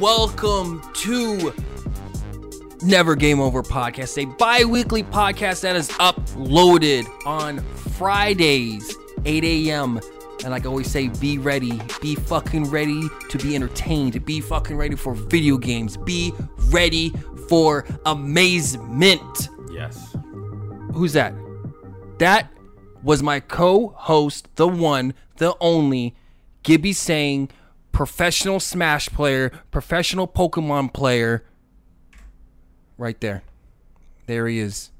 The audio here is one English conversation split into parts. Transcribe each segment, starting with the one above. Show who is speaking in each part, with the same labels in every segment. Speaker 1: welcome to Never Game Over podcast, a bi weekly podcast that is uploaded on Fridays, 8 a.m. And like I always say, be ready. Be fucking ready to be entertained. Be fucking ready for video games. Be ready for amazement.
Speaker 2: Yes.
Speaker 1: Who's that? That was my co host, the one, the only, Gibby saying, professional Smash player, professional Pokemon player. Right there. There he is.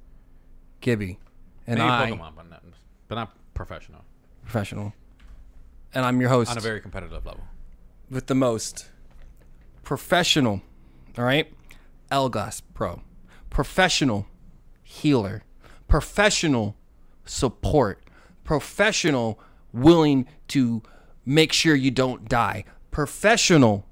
Speaker 1: Gibby. And
Speaker 2: Maybe
Speaker 1: I,
Speaker 2: Pokemon, but not, but not professional.
Speaker 1: professional. And I'm your host
Speaker 2: On a very competitive level.
Speaker 1: with the most. Professional. All right? Elgas Pro. Professional healer. Professional support. Professional willing to make sure you don't die. Professional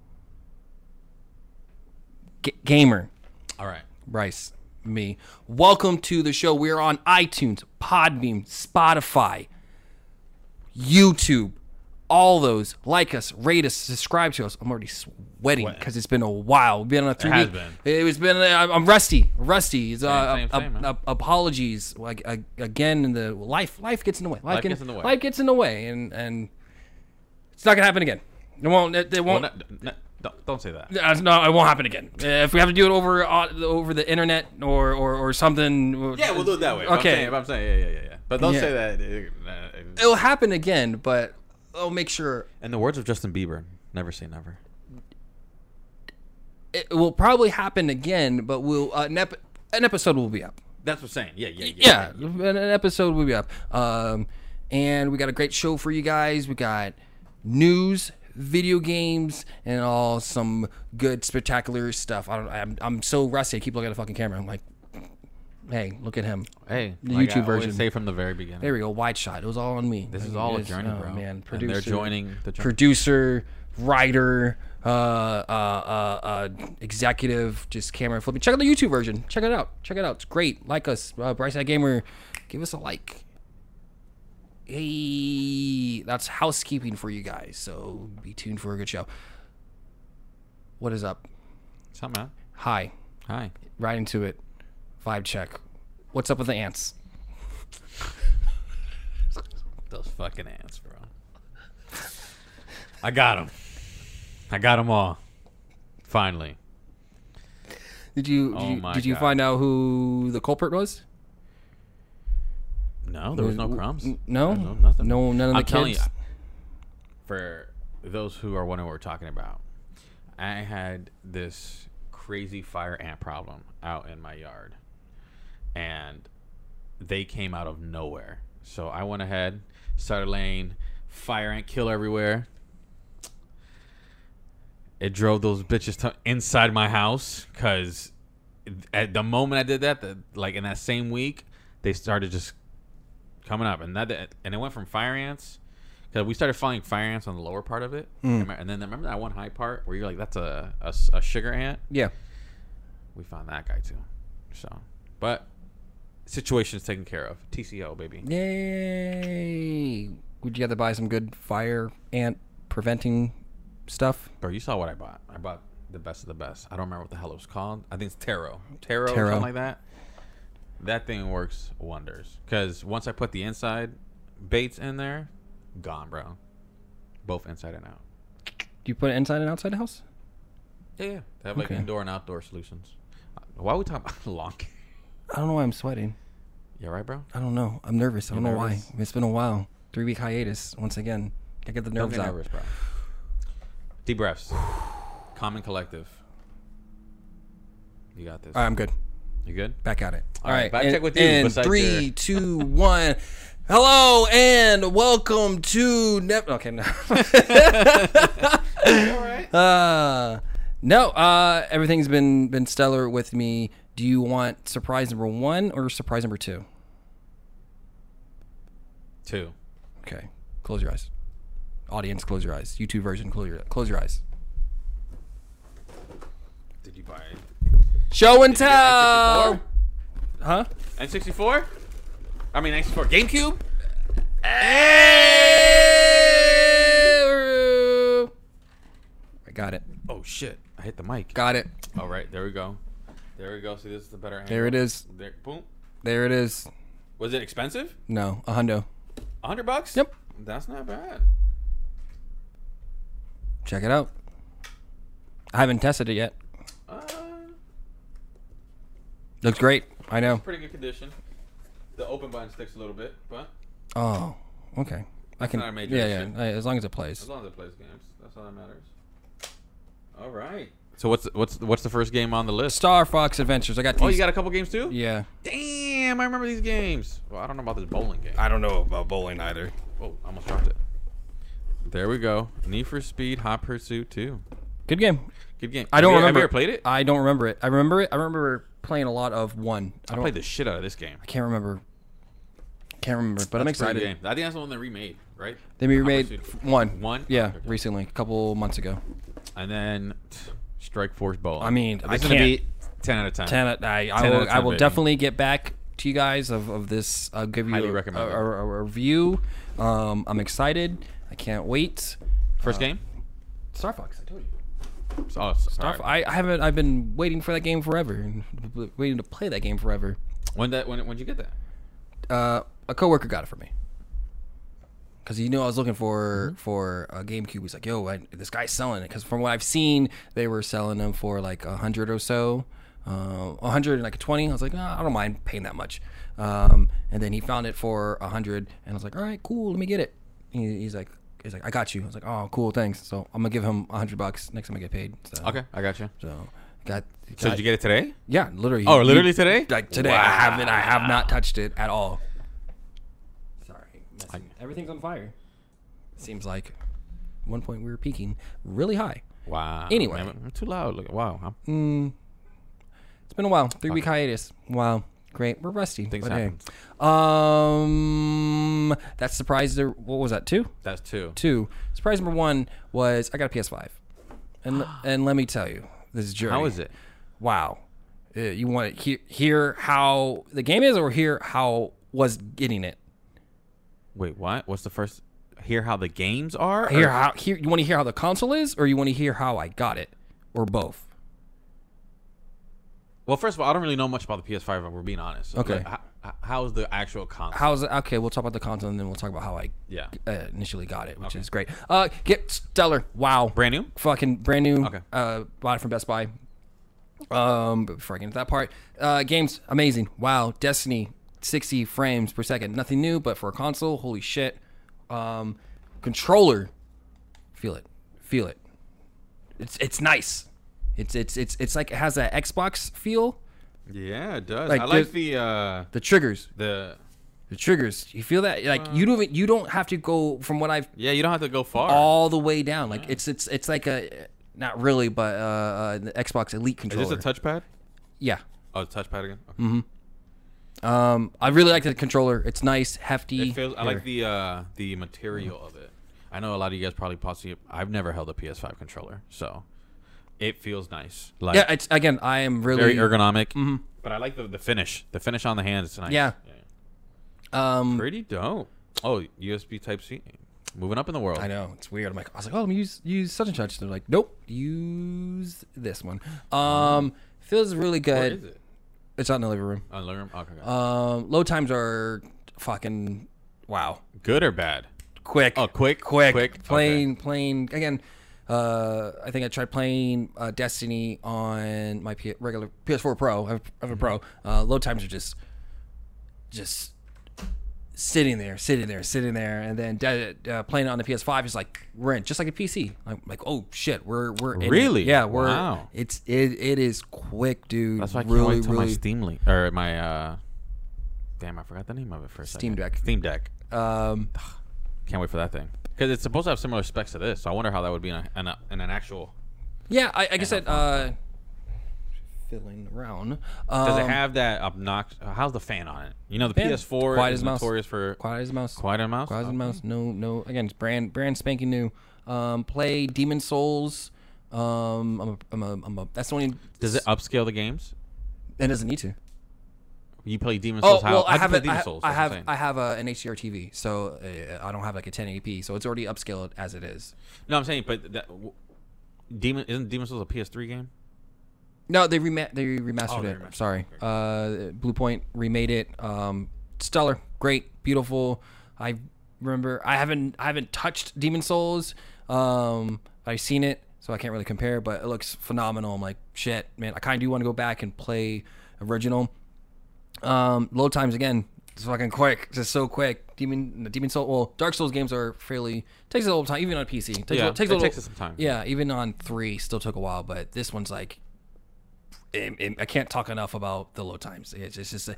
Speaker 1: g- gamer.
Speaker 2: All right.
Speaker 1: Rice, me. Welcome to the show. We are on iTunes, Podbeam, Spotify, YouTube, all those. Like us, rate us, subscribe to us. I'm already sweating because it's been a while. We've been on a three
Speaker 2: has
Speaker 1: week.
Speaker 2: been.
Speaker 1: It was been. uh, I'm I'm rusty. Rusty. It's, uh,
Speaker 2: Same, same,
Speaker 1: ap-
Speaker 2: same, man.
Speaker 1: ap- apologies. Like ag- again, in the life, life gets in the way. Life,
Speaker 2: gets in the way.
Speaker 1: Life gets in the way, and and it's not gonna happen again. It won't. It, it
Speaker 2: Well,
Speaker 1: won't.
Speaker 2: no, no, don't, don't say that.
Speaker 1: Uh, no, it won't happen again. Uh, if we have to do it over uh, over the internet or or, or something,
Speaker 2: Yeah, we'll do it that way.
Speaker 1: Okay.
Speaker 2: Okay. I'm saying, yeah, yeah, yeah, yeah. But don't
Speaker 1: Yeah.
Speaker 2: say that. uh, uh,
Speaker 1: It'll happen again, but I'll make sure
Speaker 2: In the words of Justin Bieber, never say never.
Speaker 1: it will probably happen again. But we'll uh, an, ep- an episode will be up.
Speaker 2: That's what I'm saying. Yeah, yeah, yeah.
Speaker 1: Yeah, an, an episode will be up. Um, and we got a great show for you guys. We got news, video games, and all some good spectacular stuff. I don't. I'm, I'm so rusty. I keep looking at the fucking camera. I'm like, hey, look at him.
Speaker 2: Hey,
Speaker 1: The
Speaker 2: like
Speaker 1: YouTube
Speaker 2: I always
Speaker 1: version.
Speaker 2: Say from the very beginning.
Speaker 1: There we go. Wide shot. It was all on me.
Speaker 2: This is
Speaker 1: Like,
Speaker 2: all
Speaker 1: it
Speaker 2: a journey,
Speaker 1: oh,
Speaker 2: bro.
Speaker 1: Man,
Speaker 2: And
Speaker 1: producer,
Speaker 2: they're joining the journey.
Speaker 1: producer, writer, uh, uh, uh, uh, executive, just camera flipping. Check out the YouTube version. Check it out. Check it out. It's great. Like us, uh, Bryce Eye Gamer. Give us a like. Hey, that's housekeeping for you guys. So be tuned for a good show. What is up?
Speaker 2: What's up, man?
Speaker 1: Hi.
Speaker 2: Hi.
Speaker 1: Right into it. Vibe check. What's up with the ants?
Speaker 2: Those fucking ants, bro. I got them. I got them all. Finally.
Speaker 1: Did you
Speaker 2: Oh
Speaker 1: did you,
Speaker 2: my
Speaker 1: did you
Speaker 2: God.
Speaker 1: find out who the culprit was?
Speaker 2: No, there was no crumbs.
Speaker 1: N- No,
Speaker 2: There's no nothing.
Speaker 1: No, none of the
Speaker 2: I'm telling
Speaker 1: kids.
Speaker 2: you, for those who are wondering what we're talking about, I had this crazy fire ant problem out in my yard, and they came out of nowhere. So I went ahead, started laying fire ant kill everywhere. It drove those bitches to inside my house because at the moment I did that, the, like in that same week, they started just coming up, and that and it went from fire ants because we started finding fire ants on the lower part of it, and then remember that one high part where you're like, that's a, a s- a sugar ant.
Speaker 1: Yeah,
Speaker 2: We found that guy too, so but situation's taken care of. TCO baby.
Speaker 1: yay! Would you have to buy some good fire ant preventing stuff?
Speaker 2: Bro, you saw what I bought. I bought the best of the best. I don't remember what the hell it was called. I think it's Taro. Taro, or
Speaker 1: Taro.
Speaker 2: something like that. That thing works wonders. Because once I put the inside baits in there, gone, bro. Both inside and out.
Speaker 1: Do you put it inside and outside the house?
Speaker 2: Yeah, yeah. They have like
Speaker 1: Okay.
Speaker 2: indoor and outdoor solutions. Uh, Why are we talking about lawn care?
Speaker 1: I don't know why I'm sweating.
Speaker 2: Yeah, right, bro?
Speaker 1: I don't know. I'm nervous. I don't
Speaker 2: You're
Speaker 1: know
Speaker 2: nervous?
Speaker 1: why. It's been a while. Three week hiatus. Once again, I get the
Speaker 2: Don't
Speaker 1: nerves
Speaker 2: get
Speaker 1: out.
Speaker 2: nervous, bro. Deep breaths. Calm and collective. You got this.
Speaker 1: All right, I'm good.
Speaker 2: You good?
Speaker 1: Back at it. All
Speaker 2: All right,
Speaker 1: right.
Speaker 2: back
Speaker 1: in,
Speaker 2: check with you
Speaker 1: in
Speaker 2: besides
Speaker 1: three,
Speaker 2: your-
Speaker 1: two, one. Hello and welcome to Nep. Okay, no.
Speaker 2: All right.
Speaker 1: Uh, no, uh, everything's been been stellar with me. Do you want surprise number one or surprise number two?
Speaker 2: Two.
Speaker 1: Okay, close your eyes. Audience, close your eyes. YouTube version, close your close your eyes.
Speaker 2: Did you buy
Speaker 1: Show and
Speaker 2: Did you
Speaker 1: tell,
Speaker 2: get
Speaker 1: huh?
Speaker 2: N64? I mean, N64. GameCube?
Speaker 1: I got it.
Speaker 2: Oh, shit. I hit the mic.
Speaker 1: Got it.
Speaker 2: All right, there we go. There we go. See, this is the better angle.
Speaker 1: There it is.
Speaker 2: There, boom.
Speaker 1: There it is.
Speaker 2: Was it expensive?
Speaker 1: No, a hundo.
Speaker 2: A hundred bucks.
Speaker 1: Yep.
Speaker 2: That's not bad.
Speaker 1: Check it out. I haven't tested it yet.
Speaker 2: Uh,
Speaker 1: Looks great. I know.
Speaker 2: pretty good condition. The open button sticks a little bit, but
Speaker 1: Oh, okay. I can.
Speaker 2: not a major
Speaker 1: yeah,
Speaker 2: issue.
Speaker 1: yeah. I- As long as it plays.
Speaker 2: as long as it plays games, that's all that matters. All right. So what's what's what's the first game on the list?
Speaker 1: Star Fox Adventures. I got.
Speaker 2: Oh, you
Speaker 1: these-
Speaker 2: got a couple games too?
Speaker 1: Yeah.
Speaker 2: Damn, I remember these games. Well, I don't know about this bowling game.
Speaker 1: I don't know about bowling either.
Speaker 2: Oh, I almost dropped it. There we go. Need for Speed Hot Pursuit 2.
Speaker 1: Good game.
Speaker 2: Good game.
Speaker 1: I don't
Speaker 2: Have you-
Speaker 1: remember.
Speaker 2: Have you ever played it? I,
Speaker 1: I don't remember it. I remember it. I remember playing a lot of one. I, don't,
Speaker 2: played the shit out of this game.
Speaker 1: can't remember. Can't remember, but I'm
Speaker 2: It's a
Speaker 1: excited.
Speaker 2: pretty Game. I think that's the one they remade, right?
Speaker 1: They we
Speaker 2: Hot
Speaker 1: remade
Speaker 2: Pursuit.
Speaker 1: f- one.
Speaker 2: One?
Speaker 1: Yeah,
Speaker 2: Okay.
Speaker 1: recently, a couple months ago.
Speaker 2: And then t- Strike Force Bowling.
Speaker 1: I mean, I
Speaker 2: This is gonna
Speaker 1: can't-
Speaker 2: be 10 out of 10.
Speaker 1: Ten. out- I, I
Speaker 2: 10 out
Speaker 1: will.
Speaker 2: of
Speaker 1: I
Speaker 2: 10
Speaker 1: will
Speaker 2: rating.
Speaker 1: definitely get back to you guys of, of this. I'll give you
Speaker 2: Highly
Speaker 1: a,
Speaker 2: recommend it.
Speaker 1: a- a- a review. Um, I'm excited. I can't wait. Uh,
Speaker 2: First game?
Speaker 1: Star Fox. I told you.
Speaker 2: Oh, it's- all right.
Speaker 1: I, I haven't. I've been waiting for that game forever, and w- waiting to play that game forever.
Speaker 2: When that when when'd you get that?
Speaker 1: Uh, a coworker got it for me because he knew I was looking for for a GameCube. He's like, "Yo, I, this guy's selling it." Because from what I've seen, they were selling them for like a hundred or so, uh, a hundred and like a twenty. I was like, nah, I don't mind paying that much. Um, and then he found it for a hundred, and I was like, "All right, cool, let me get it." He, he's like. He's like, I got you. I was like, oh, cool, thanks. So I'm gonna give him a hundred bucks next time I get paid. So,
Speaker 2: Okay, I got you.
Speaker 1: So, got.
Speaker 2: So
Speaker 1: got-
Speaker 2: did you get it today?
Speaker 1: yeah, literally.
Speaker 2: Oh,
Speaker 1: You-
Speaker 2: literally today?
Speaker 1: Like today, I haven't. I have not touched it at all. Sorry, messing- everything's on fire. Seems like at one point we were peaking really high.
Speaker 2: Wow.
Speaker 1: Anyway.
Speaker 2: Man, I'm too loud. Look, wow. I'm,
Speaker 1: It's been a while. Three week hiatus. Wow, great. We're rusty.
Speaker 2: Things
Speaker 1: but hey.
Speaker 2: happen.
Speaker 1: Um, that surprise. There, what was that? Two,
Speaker 2: That's two.
Speaker 1: two. Surprise number one was I got a PS Five, and and let me tell you, this journey.
Speaker 2: How is it?
Speaker 1: wow Uh, you want to hear, hear how the game is or hear how was getting it
Speaker 2: Wait, what? What's the first? Hear how the games are? or-
Speaker 1: hear how hear, you want to hear how the console is or you want to hear how i got it or both
Speaker 2: Well, first of all, I don't really know much about the PS5. If we're being honest. So,
Speaker 1: Okay.
Speaker 2: like, h- h- how's the actual console?
Speaker 1: how's it okay we'll talk about the console and then we'll talk about how i
Speaker 2: yeah.
Speaker 1: uh, initially got it which is great uh get stellar wow
Speaker 2: Brand new.
Speaker 1: fucking brand new
Speaker 2: Okay.
Speaker 1: uh bought it from best buy um but before i get into that part uh games amazing wow destiny 60 frames per second nothing new but for a console holy shit um controller feel it feel it it's it's nice it's it's it's it's like it has that xbox feel
Speaker 2: Yeah, it does.
Speaker 1: Like,
Speaker 2: I like
Speaker 1: just-
Speaker 2: the uh
Speaker 1: the triggers
Speaker 2: the.
Speaker 1: the triggers you feel that like you don't even- you don't have to go from what i've
Speaker 2: Yeah, you don't have to go far.
Speaker 1: all the way down like it's it's it's like a not really but uh, uh the xbox elite
Speaker 2: is this
Speaker 1: controller
Speaker 2: a touchpad?
Speaker 1: yeah
Speaker 2: Oh, it's a touchpad again. Okay.
Speaker 1: Um, I really like the controller. It's nice, hefty.
Speaker 2: It feels. I like the uh the material of it. I know a lot of you guys probably possibly. I've never held a PS5 controller, so it feels nice. Like
Speaker 1: yeah, it's again. I am
Speaker 2: very
Speaker 1: really
Speaker 2: ergonomic. But I like the the finish. The finish on the hands tonight.
Speaker 1: Yeah. um.
Speaker 2: Pretty dope. Oh, USB Type C. Moving up in the world.
Speaker 1: I know it's weird. I'm like, I was like, oh, let me use use such and such. They're like, nope, use this one. Um, feels really
Speaker 2: Where
Speaker 1: good.
Speaker 2: is it?
Speaker 1: It's out in the living room.
Speaker 2: Oh, living room? Okay, okay.
Speaker 1: Um, load times are fucking wow,
Speaker 2: Good or bad?
Speaker 1: quick.
Speaker 2: Oh, quick,
Speaker 1: quick,
Speaker 2: quick.
Speaker 1: playing, playing again. Uh, I think I tried playing uh, Destiny on my P- regular PS4 Pro. I have, I have a Pro.
Speaker 2: Mm-hmm.
Speaker 1: Uh, load times are just, just sitting there, sitting there, sitting there, and then de- uh, playing it on the PS5 is like we're in, just like a PC. Like, like oh shit, we're we're in it.
Speaker 2: Really?
Speaker 1: yeah, we're
Speaker 2: Wow.
Speaker 1: it's it it is quick, dude.
Speaker 2: That's why I can't
Speaker 1: really
Speaker 2: wait till my
Speaker 1: really
Speaker 2: Steam link or my uh, damn, I forgot the name of it for a
Speaker 1: Steam
Speaker 2: second.
Speaker 1: Deck.
Speaker 2: Steam Deck.
Speaker 1: um
Speaker 2: Can't wait for that thing because it's supposed to have similar specs to this. So I wonder how that would be in, a, in, a, in an actual.
Speaker 1: yeah. I, like I said, uh, filling around. Um,
Speaker 2: Does it have that obnoxious? How's the fan on it? You know, the
Speaker 1: Yeah.
Speaker 2: PS4
Speaker 1: Quiet
Speaker 2: is
Speaker 1: as a mouse.
Speaker 2: notorious for
Speaker 1: quiet as a mouse?
Speaker 2: quieter mouse.
Speaker 1: Quiet as
Speaker 2: Oh,
Speaker 1: a mouse. No, no. Again, it's brand brand spanking new. Um, play Demon Souls. Um, I'm a, I'm a, I'm a, that's the only.
Speaker 2: Does it upscale the games?
Speaker 1: It doesn't need to.
Speaker 2: You play Demon
Speaker 1: Oh
Speaker 2: Souls. how?
Speaker 1: well, I have
Speaker 2: how'd you play
Speaker 1: it. I,
Speaker 2: Demon
Speaker 1: ha-
Speaker 2: Souls.
Speaker 1: I
Speaker 2: That's what
Speaker 1: have
Speaker 2: I'm
Speaker 1: I
Speaker 2: saying.
Speaker 1: have uh, an HDR TV, so uh, I don't have like a 1080p, so it's already upscaled as it is.
Speaker 2: no, I'm saying, but that, w- Demon isn't Demon Souls a PS3 game?
Speaker 1: No, they rema- they remastered
Speaker 2: Oh, they
Speaker 1: it.
Speaker 2: remastered it.
Speaker 1: Sorry, uh, Blue Point remade it. Um, stellar, great, beautiful. I remember I haven't I haven't touched Demon Souls. Um, I've seen it, so I can't really compare, but it looks phenomenal. I'm like, shit, man, I kind of do want to go back and play original. Um, load times again. It's fucking quick. Just so quick. Demon, the Demon Soul. Well, Dark Souls games are fairly takes a little time, even on PC. Takes a
Speaker 2: Yeah,
Speaker 1: little- takes a
Speaker 2: it
Speaker 1: little-
Speaker 2: takes us some time.
Speaker 1: Yeah, even on three, still took a while. But this one's like, it, it- I can't talk enough about the load times. It's, it's just a,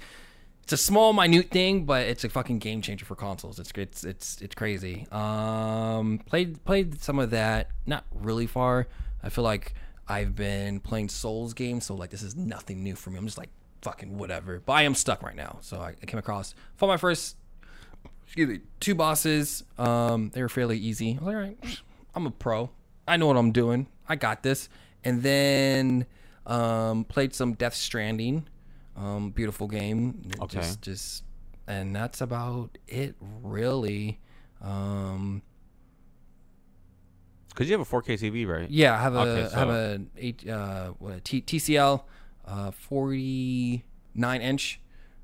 Speaker 1: it's a small, minute thing, but it's a fucking game changer for consoles. It's it's it's it's crazy. Um, played played some of that, not really far. I feel like I've been playing Souls games, so like this is nothing new for me. I'm just like fucking whatever. But I am stuck right now, so I, I came across for my first excuse me, two bosses. Um, they were fairly easy. I was like, all right, psh, I'm a pro. I know what I'm doing. I got this. And then um, played some Death Stranding. Um, beautiful game. It
Speaker 2: Okay.
Speaker 1: Just, just, and that's about it, really. Um,
Speaker 2: Because you have a 4K TV, right?
Speaker 1: yeah, I have a
Speaker 2: Okay,
Speaker 1: I have
Speaker 2: so-
Speaker 1: a eight uh, what, a T- TCL uh, 49 inch.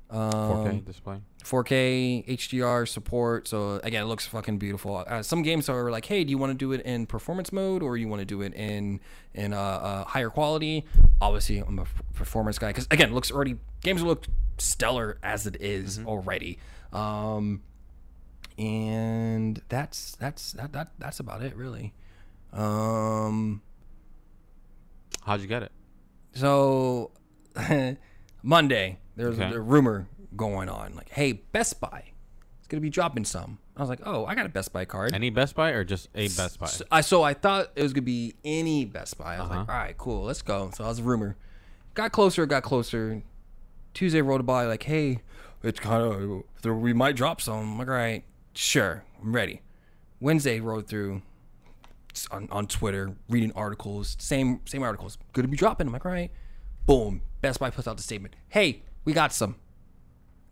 Speaker 1: Um,
Speaker 2: 4K display.
Speaker 1: 4K HDR support. So again, it looks fucking beautiful. Uh, some games are like, hey, do you want to do it in performance mode or you want to do it in in uh, uh, higher quality? Obviously, I'm a f- performance guy because again, it looks already games look stellar as it is already. Um, and that's that's that, that that's about it really. Um,
Speaker 2: How'd you get it?
Speaker 1: so Monday, there was
Speaker 2: Okay.
Speaker 1: a rumor going on like, "Hey, Best Buy is going to be dropping some." I was like, "Oh, I got a Best Buy card."
Speaker 2: Any Best Buy or just a Best Buy? Uh-huh.
Speaker 1: So I, so I thought it was gonna be any Best Buy. I was like, all right, cool, let's go. So I was a rumor. Got closer, got closer. Tuesday rolled by like, hey, it's kind of there- we might drop some. I'm like, all right, sure, I'm ready. Wednesday rolled through s- on, on Twitter, reading articles, same same articles. Gonna be dropping. I'm like, all right, boom. Best Buy puts out the statement, hey, we got some.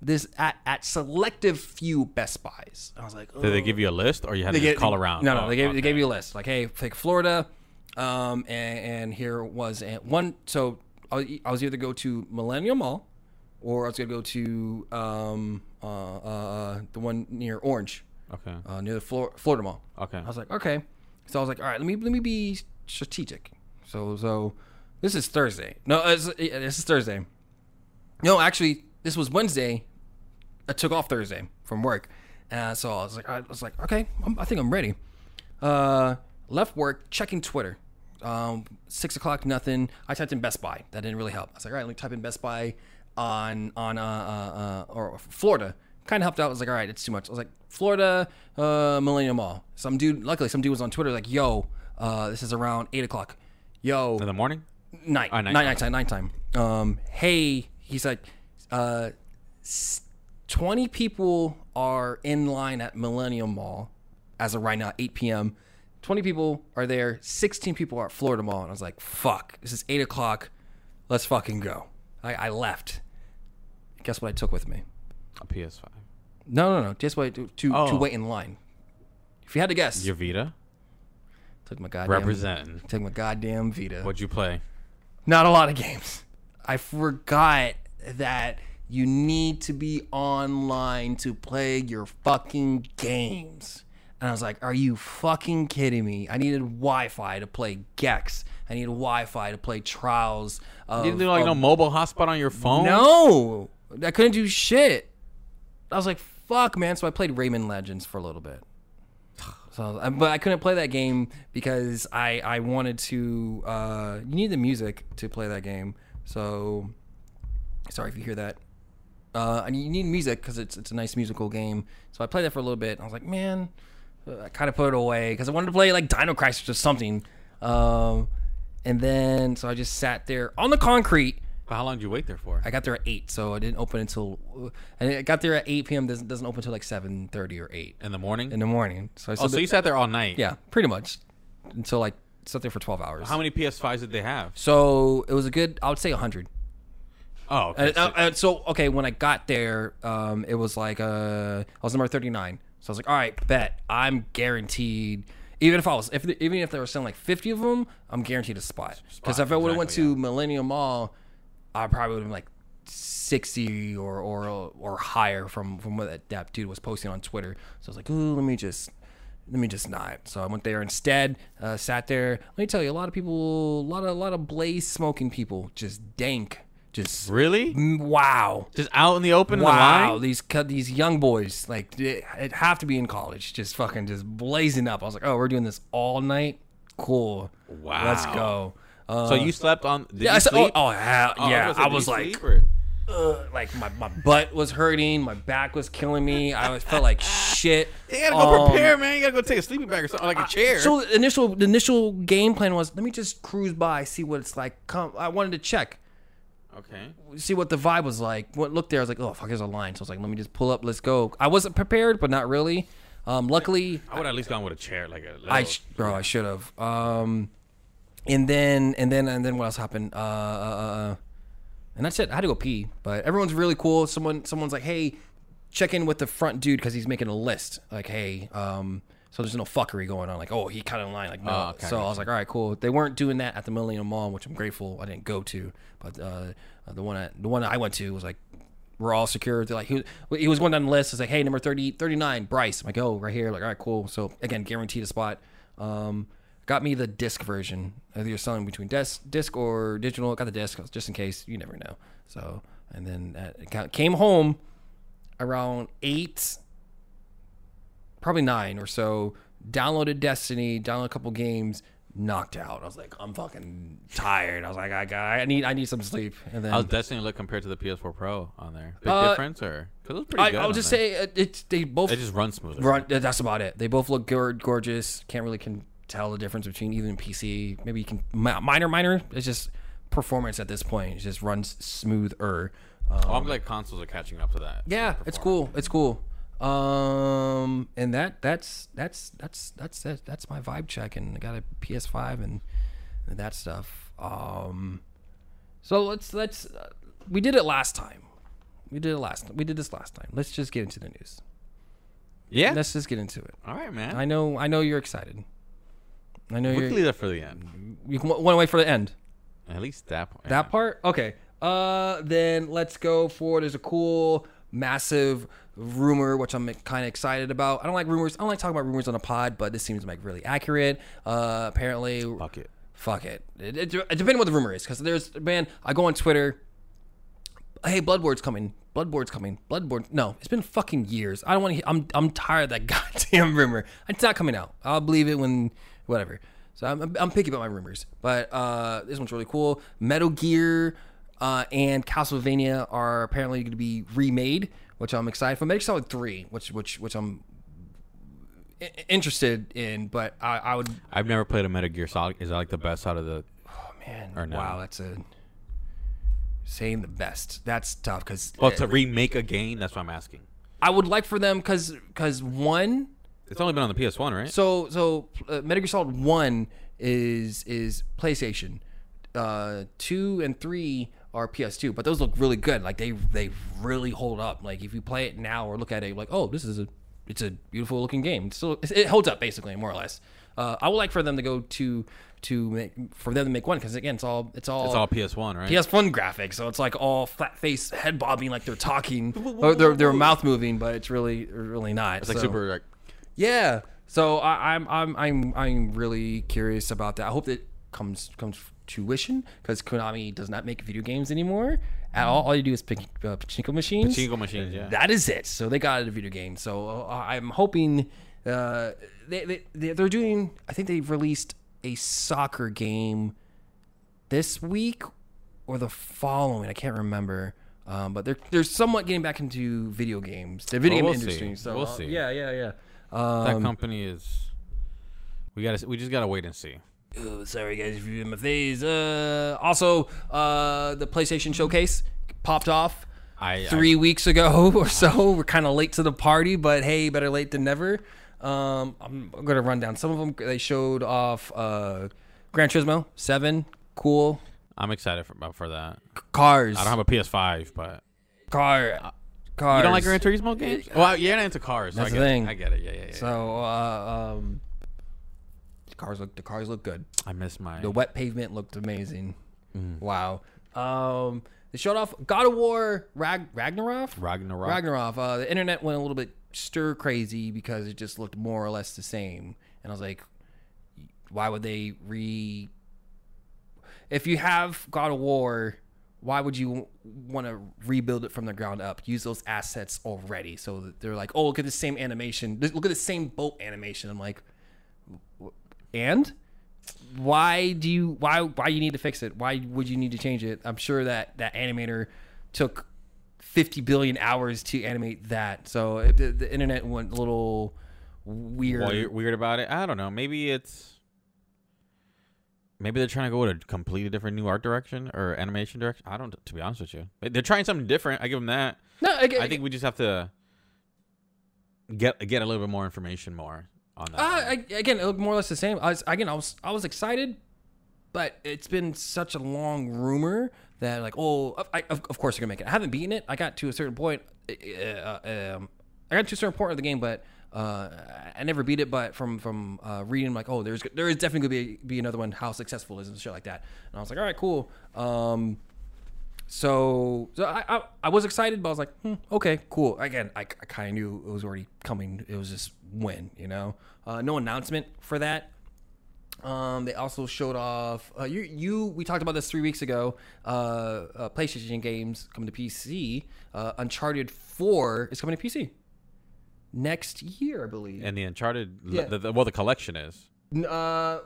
Speaker 1: This at, at selective few Best Buys. I was like,
Speaker 2: Did they give you a list or you had to
Speaker 1: they
Speaker 2: just
Speaker 1: gave-
Speaker 2: call around?
Speaker 1: No, no,
Speaker 2: Oh,
Speaker 1: they gave
Speaker 2: okay.
Speaker 1: they gave you a list. Like, hey, pick Florida, um, and, and here was and one. So I was- I was either go to Millennium Mall, or I was gonna go to um, uh, uh, the one near Orange,
Speaker 2: Okay.
Speaker 1: uh, near the Flor- Florida Mall.
Speaker 2: Okay.
Speaker 1: I was like, okay. So I was like, all right, let me let me be strategic. So so this is Thursday. No, it's, yeah, this is Thursday. No, actually, this was Wednesday. I took off Thursday from work, and so I was like, I was like, okay, I'm, I think I'm ready. Uh, left work, checking Twitter. Um, six o'clock, nothing. I typed in Best Buy. That didn't really help. I was like, all right, let me type in Best Buy on on uh, uh, uh or Florida. Kind of helped out. I was like, all right, it's too much. I was like, Florida, uh, Millennium Mall. Some dude, luckily, some dude was on Twitter like, yo, uh, this is around eight o'clock. Yo,
Speaker 2: In the morning?
Speaker 1: night,
Speaker 2: Oh,
Speaker 1: night,
Speaker 2: night.
Speaker 1: night time, night time. Um, hey, he's like, uh, s- twenty people are in line at Millennium Mall as of right now, eight p.m. Twenty people are there. Sixteen people are at Florida Mall, and I was like, fuck, this is eight o'clock. Let's fucking go. I, I left. Guess what I took with me?
Speaker 2: A PS5.
Speaker 1: No, no, no. Just wait to to, to
Speaker 2: Oh.
Speaker 1: wait in line. If you had to guess,
Speaker 2: Your Vita?
Speaker 1: took my goddamn
Speaker 2: Representing.
Speaker 1: took my goddamn Vita.
Speaker 2: What'd you play?
Speaker 1: not a lot of games. I forgot that you need to be online to play your fucking games. And I was like, are you fucking kidding me? I needed Wi Fi to play Gex. I needed Wi Fi to play Trials. Of,
Speaker 2: You didn't do like
Speaker 1: of-
Speaker 2: no mobile hotspot on your phone?
Speaker 1: no, I couldn't do shit. I was like, fuck, man. So I played Rayman Legends for a little bit. So, I- but I couldn't play that game because I I wanted to. Uh, you need the music to play that game. So, sorry if you hear that. Uh, and you need music because it's it's a nice musical game. So I played that for a little bit. And I was like, man, uh, I kind of put it away because I wanted to play like Dino Crisis or something. Um, and then so I just sat there on the concrete
Speaker 2: But how long did you wait there for?
Speaker 1: I got there at eight, so I didn't open until uh, and I got there at eight p.m. Doesn't doesn't open until like seven thirty or eight
Speaker 2: In the morning?
Speaker 1: in the morning. So I
Speaker 2: oh,
Speaker 1: still
Speaker 2: so you sat there all night.
Speaker 1: yeah, pretty much until like sat there for twelve hours.
Speaker 2: How many PS5s did they have?
Speaker 1: so it was a good, I would say hundred.
Speaker 2: Oh, okay.
Speaker 1: Uh, uh, so okay, when I got there, um, it was like uh, I was number thirty nine. So I was like, all right, bet I'm guaranteed. Even if I was, if even if they were selling like fifty of them, I'm guaranteed a spot. Because
Speaker 2: Spot,
Speaker 1: if I would have went
Speaker 2: exactly,
Speaker 1: to Millennium Mall, I probably would have been like sixty or or or higher from from what that, that dude was posting on Twitter. So I was like, ooh, let me just. Let me just not. So I went there instead. Uh, sat there. Let me tell you, a lot of people, a lot of, a lot of blaze smoking people, just dank, just
Speaker 2: Really?
Speaker 1: mm, wow.
Speaker 2: Just out in the open in the
Speaker 1: Wow,
Speaker 2: line?
Speaker 1: these cu- these young boys like it, it have to be in college, just fucking just blazing up. I was like, oh, we're doing this all night. Cool. Let's
Speaker 2: Wow.
Speaker 1: go. Uh,
Speaker 2: So you slept on? Did
Speaker 1: yeah,
Speaker 2: you
Speaker 1: I said, oh,
Speaker 2: sleep?
Speaker 1: oh, hell,
Speaker 2: Oh,
Speaker 1: yeah.
Speaker 2: was
Speaker 1: I
Speaker 2: gonna say,
Speaker 1: was
Speaker 2: did you
Speaker 1: like,
Speaker 2: sleep or-
Speaker 1: ugh, like my, my butt was hurting, my back was killing me. I was, felt like shit.
Speaker 2: you gotta go
Speaker 1: Um,
Speaker 2: prepare, man. You gotta go take a sleeping bag or something, like a chair.
Speaker 1: So the initial the initial game plan was let me just cruise by, see what it's like. Come, I wanted to check.
Speaker 2: okay.
Speaker 1: see what the vibe was like. What looked there, I was like, oh fuck, there's a line. So I was like, let me just pull up, let's go. I wasn't prepared, but not really. Um, luckily,
Speaker 2: I would at least gone with a chair, like a. Little,
Speaker 1: I sh- bro, I should have. Um, and then and then and then what else happened? Uh, uh, uh, uh, and that's it. I had to go pee, but everyone's really cool. Someone someone's like, hey, check in with the front dude because he's making a list. Like, hey, um. So there's no fuckery going on, like oh he cut in line, like no.
Speaker 2: Oh, okay,
Speaker 1: so I was like, all right, cool. They weren't doing that at the Millennium Mall, which I'm grateful I didn't go to. But uh, the one I, the one I went to was like we're all secure. They're like, he was, he was going down the list. It's like, hey, number 30, 39, Bryce. I'm like, oh, right here. Like, all right, cool. So, again, guaranteed a spot. Um, got me the disc version. Either you're selling between disc, disc or digital. Got the disc just in case. You never know. So, and then uh, ca- came home around eight, probably nine or so. Downloaded Destiny, downloaded a couple games, knocked out. I was like, I'm fucking tired. I was like, I got, I need, I need some sleep. And then
Speaker 2: How's Destiny look compared to the PS4 Pro on there? Big
Speaker 1: Uh,
Speaker 2: difference, or because it was pretty
Speaker 1: I,
Speaker 2: good.
Speaker 1: I'll
Speaker 2: on
Speaker 1: just
Speaker 2: there.
Speaker 1: say uh, it's they both
Speaker 2: it just runs smoother.
Speaker 1: Run, uh, that's about it. They both look gor- gorgeous. Can't really can tell the difference between even PC. Maybe you can mi- minor minor. It's just performance at this point. It just runs smoother. Um,
Speaker 2: Oh, I'm glad consoles are catching up to that.
Speaker 1: yeah, it's cool. It's cool. Um, and that that's that's that's that's it. that's my vibe check. And I got a PS5 and, and that stuff. Um, so let's let's uh, we did it last time. We did it last. We did this last time. Let's just get into the news.
Speaker 2: Yeah.
Speaker 1: Let's just get into it.
Speaker 2: All right, man.
Speaker 1: I know. I know you're excited. I know
Speaker 2: we
Speaker 1: you're.
Speaker 2: can leave that for the end.
Speaker 1: You can- went away for the end.
Speaker 2: At least that point.
Speaker 1: That part. Okay. Uh, then let's go for. There's a cool, massive rumor which I'm kind of excited about. I don't like rumors. I don't like talking about rumors on a pod, but this seems like really accurate. Uh, apparently.
Speaker 2: Fuck it.
Speaker 1: Fuck it. It, it, it depending what the rumor is, because there's man, I go on Twitter. Hey, Bloodborne's coming. Bloodborne's coming. Bloodborne. No, it's been fucking years. I don't want to. I'm I'm tired of that goddamn rumor. It's not coming out. I'll believe it when whatever. So I'm I'm, I'm picky about my rumors, but uh, this one's really cool. Metal Gear uh, and Castlevania are apparently going to be remade, which I'm excited for. Metal Gear Solid Three, which which which I'm i- i- interested in, but I, I would
Speaker 2: I've never played a Metal Gear Solid. Is that like the best out of the?
Speaker 1: Oh, Man,
Speaker 2: Or no.
Speaker 1: wow, that's a saying the best. That's tough because
Speaker 2: Well, to remake a game. That's what I'm asking.
Speaker 1: I would like for them because because one
Speaker 2: It's only been on the PS1, right?
Speaker 1: so so uh, Metal Gear Solid One is is PlayStation, uh, two and three are PS2, but those look really good. Like they they really hold up. Like if you play it now or look at it, you're like oh this is a it's a beautiful looking game. So it holds up basically more or less. Uh, I would like for them to go to to make, for them to make one because again it's all it's all
Speaker 2: it's all PS1, right?
Speaker 1: He has fun graphics, so it's like all flat face, head bobbing, like they're talking, or their their mouth moving, but it's really really not.
Speaker 2: It's like super like
Speaker 1: Yeah. So I, I'm I'm I'm I'm really curious about that. I hope that comes comes tuition because Konami does not make video games anymore at all. All you do is pick uh, pachinko machines.
Speaker 2: Pachinko machines, yeah.
Speaker 1: That is it. So they got a video game. So uh, I'm hoping uh, they, they they- they're doing. I think they released a soccer game this week or the following. I can't remember. Um, but they're they're somewhat getting back into video games. The video
Speaker 2: Well,
Speaker 1: game
Speaker 2: we'll see.
Speaker 1: industry. So
Speaker 2: We'll
Speaker 1: uh,
Speaker 2: see.
Speaker 1: Yeah, yeah, yeah. um,
Speaker 2: that company is. We gotta. We just gotta wait and see.
Speaker 1: Ooh, sorry guys, if you didn't my face. Uh, also, uh, the PlayStation Showcase popped off
Speaker 2: I- I-
Speaker 1: three weeks ago or so. We're kind of late to the party, but hey, better late than never. Um, I'm gonna run down some of them. They showed off uh, Gran Turismo Seven, cool
Speaker 2: I'm excited for, about- for that.
Speaker 1: cars,
Speaker 2: I don't have a PS5, but
Speaker 1: car, cars.
Speaker 2: you don't like Gran Turismo games? Well, you're not into cars. so
Speaker 1: That's
Speaker 2: I
Speaker 1: the
Speaker 2: get it.
Speaker 1: thing.
Speaker 2: I get it. Yeah, yeah, yeah.
Speaker 1: So, uh, um, The cars look the cars look good.
Speaker 2: I miss my.
Speaker 1: The wet pavement looked amazing. Wow. Um, they showed off God of War Rag- Ragnarok.
Speaker 2: Ragnarok.
Speaker 1: Ragnarok. Uh, the internet went a little bit stir crazy because it just looked more or less the same, and I was like, why would they re? If you have God of War, why would you want to rebuild it from the ground up? Use those assets already. So that they're like, oh, look at the same animation. Look at the same boat animation. I'm like, and why do you why why you need to fix it why would you need to change it i'm sure that that animator took 50 billion hours to animate that so it, the, the internet went a little weird
Speaker 2: Weird, weird about it. I don't know. Maybe it's. Maybe they're trying to go with a completely different new art direction or animation direction. I don't. To be honest with you, They- they're trying something different. I give them that.
Speaker 1: no I,
Speaker 2: I think we just have to get get a little bit more information more on that.
Speaker 1: uh, I, again it looked more or less the same i was again i was i was excited but it's been such a long rumor that like oh of- I, of, of course they're gonna make it i haven't beaten it i got to a certain point uh, um, i got to a certain point of the game but uh, I never beat it, but from from uh, reading, like, oh, there's there is definitely gonna be be another one. How successful it is and shit like that. And I was like, all right, cool. Um, so, so I, I I was excited, but I was like, hmm, okay, cool. Again, I, I kind of knew it was already coming. It was just when, you know, uh, no announcement for that. Um, they also showed off. Uh, you, you, we talked about this three weeks ago. Uh, uh, PlayStation games coming to PC. Uh, Uncharted Four is coming to PC next year, I believe.
Speaker 2: and the Uncharted,
Speaker 1: Yeah.
Speaker 2: the, the, well, the collection is.
Speaker 1: N- uh,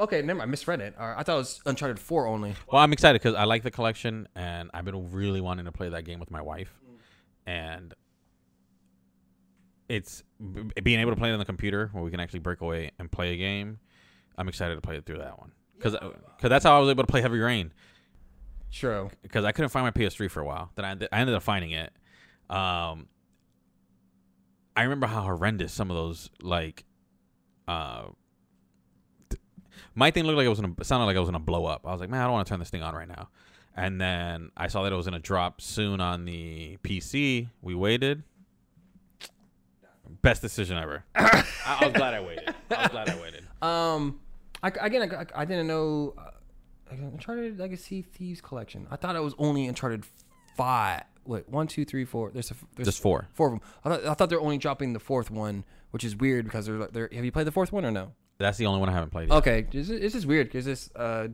Speaker 1: okay, never mind. I misread it. All right, I thought it was Uncharted Four only.
Speaker 2: Well, I'm excited because I like the collection, and I've been really wanting to play that game with my wife, and it's b- being able to play it on the computer where we can actually break away and play a game. I'm excited to play it through that one because that's how I was able to play Heavy Rain
Speaker 1: True.
Speaker 2: because I couldn't find my PS3 for a while. Then I, I ended up finding it. Um, I remember how horrendous some of those like. Uh, th- my thing looked like it was gonna it sounded like it was gonna blow up. I was like, man, I don't want to turn this thing on right now. And then I saw that it was gonna drop soon on the PC. We waited. Best decision ever. I, I was glad I waited. I was glad I waited.
Speaker 1: Um, I, again, I, I didn't know uh, Uncharted Legacy Thieves Collection. I thought it was only Uncharted Five. Wait, one, two, three, four. There's a there's
Speaker 2: Just four.
Speaker 1: four of them. I thought, I thought they're only dropping the fourth one, which is weird because they're they're. Have you played the fourth one or no?
Speaker 2: That's the only one I haven't played. Yet.
Speaker 1: Okay, it's, just- it's just weird because this uh,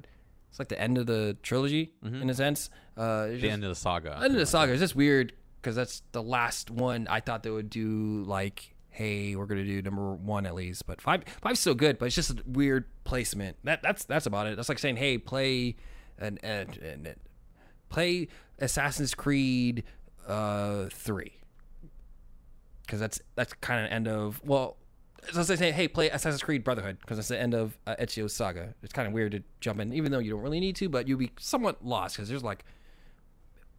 Speaker 1: it's like the end of the trilogy in a sense. Uh, it's
Speaker 2: Mm-hmm. the
Speaker 1: just-
Speaker 2: end of the saga.
Speaker 1: end of the saga is just weird because that's the last one I thought they would do. Like, hey, we're gonna do number one at least, but five five's still good, but it's just a weird placement. That that's that's about it. That's like saying, hey, play an, an, an, play Assassin's Creed uh, three because that's that's kind of end of well. So they say, hey, play Assassin's Creed Brotherhood because that's the end of uh, Ezio's saga. It's kind of weird to jump in, even though you don't really need to, but you'll be somewhat lost because there's like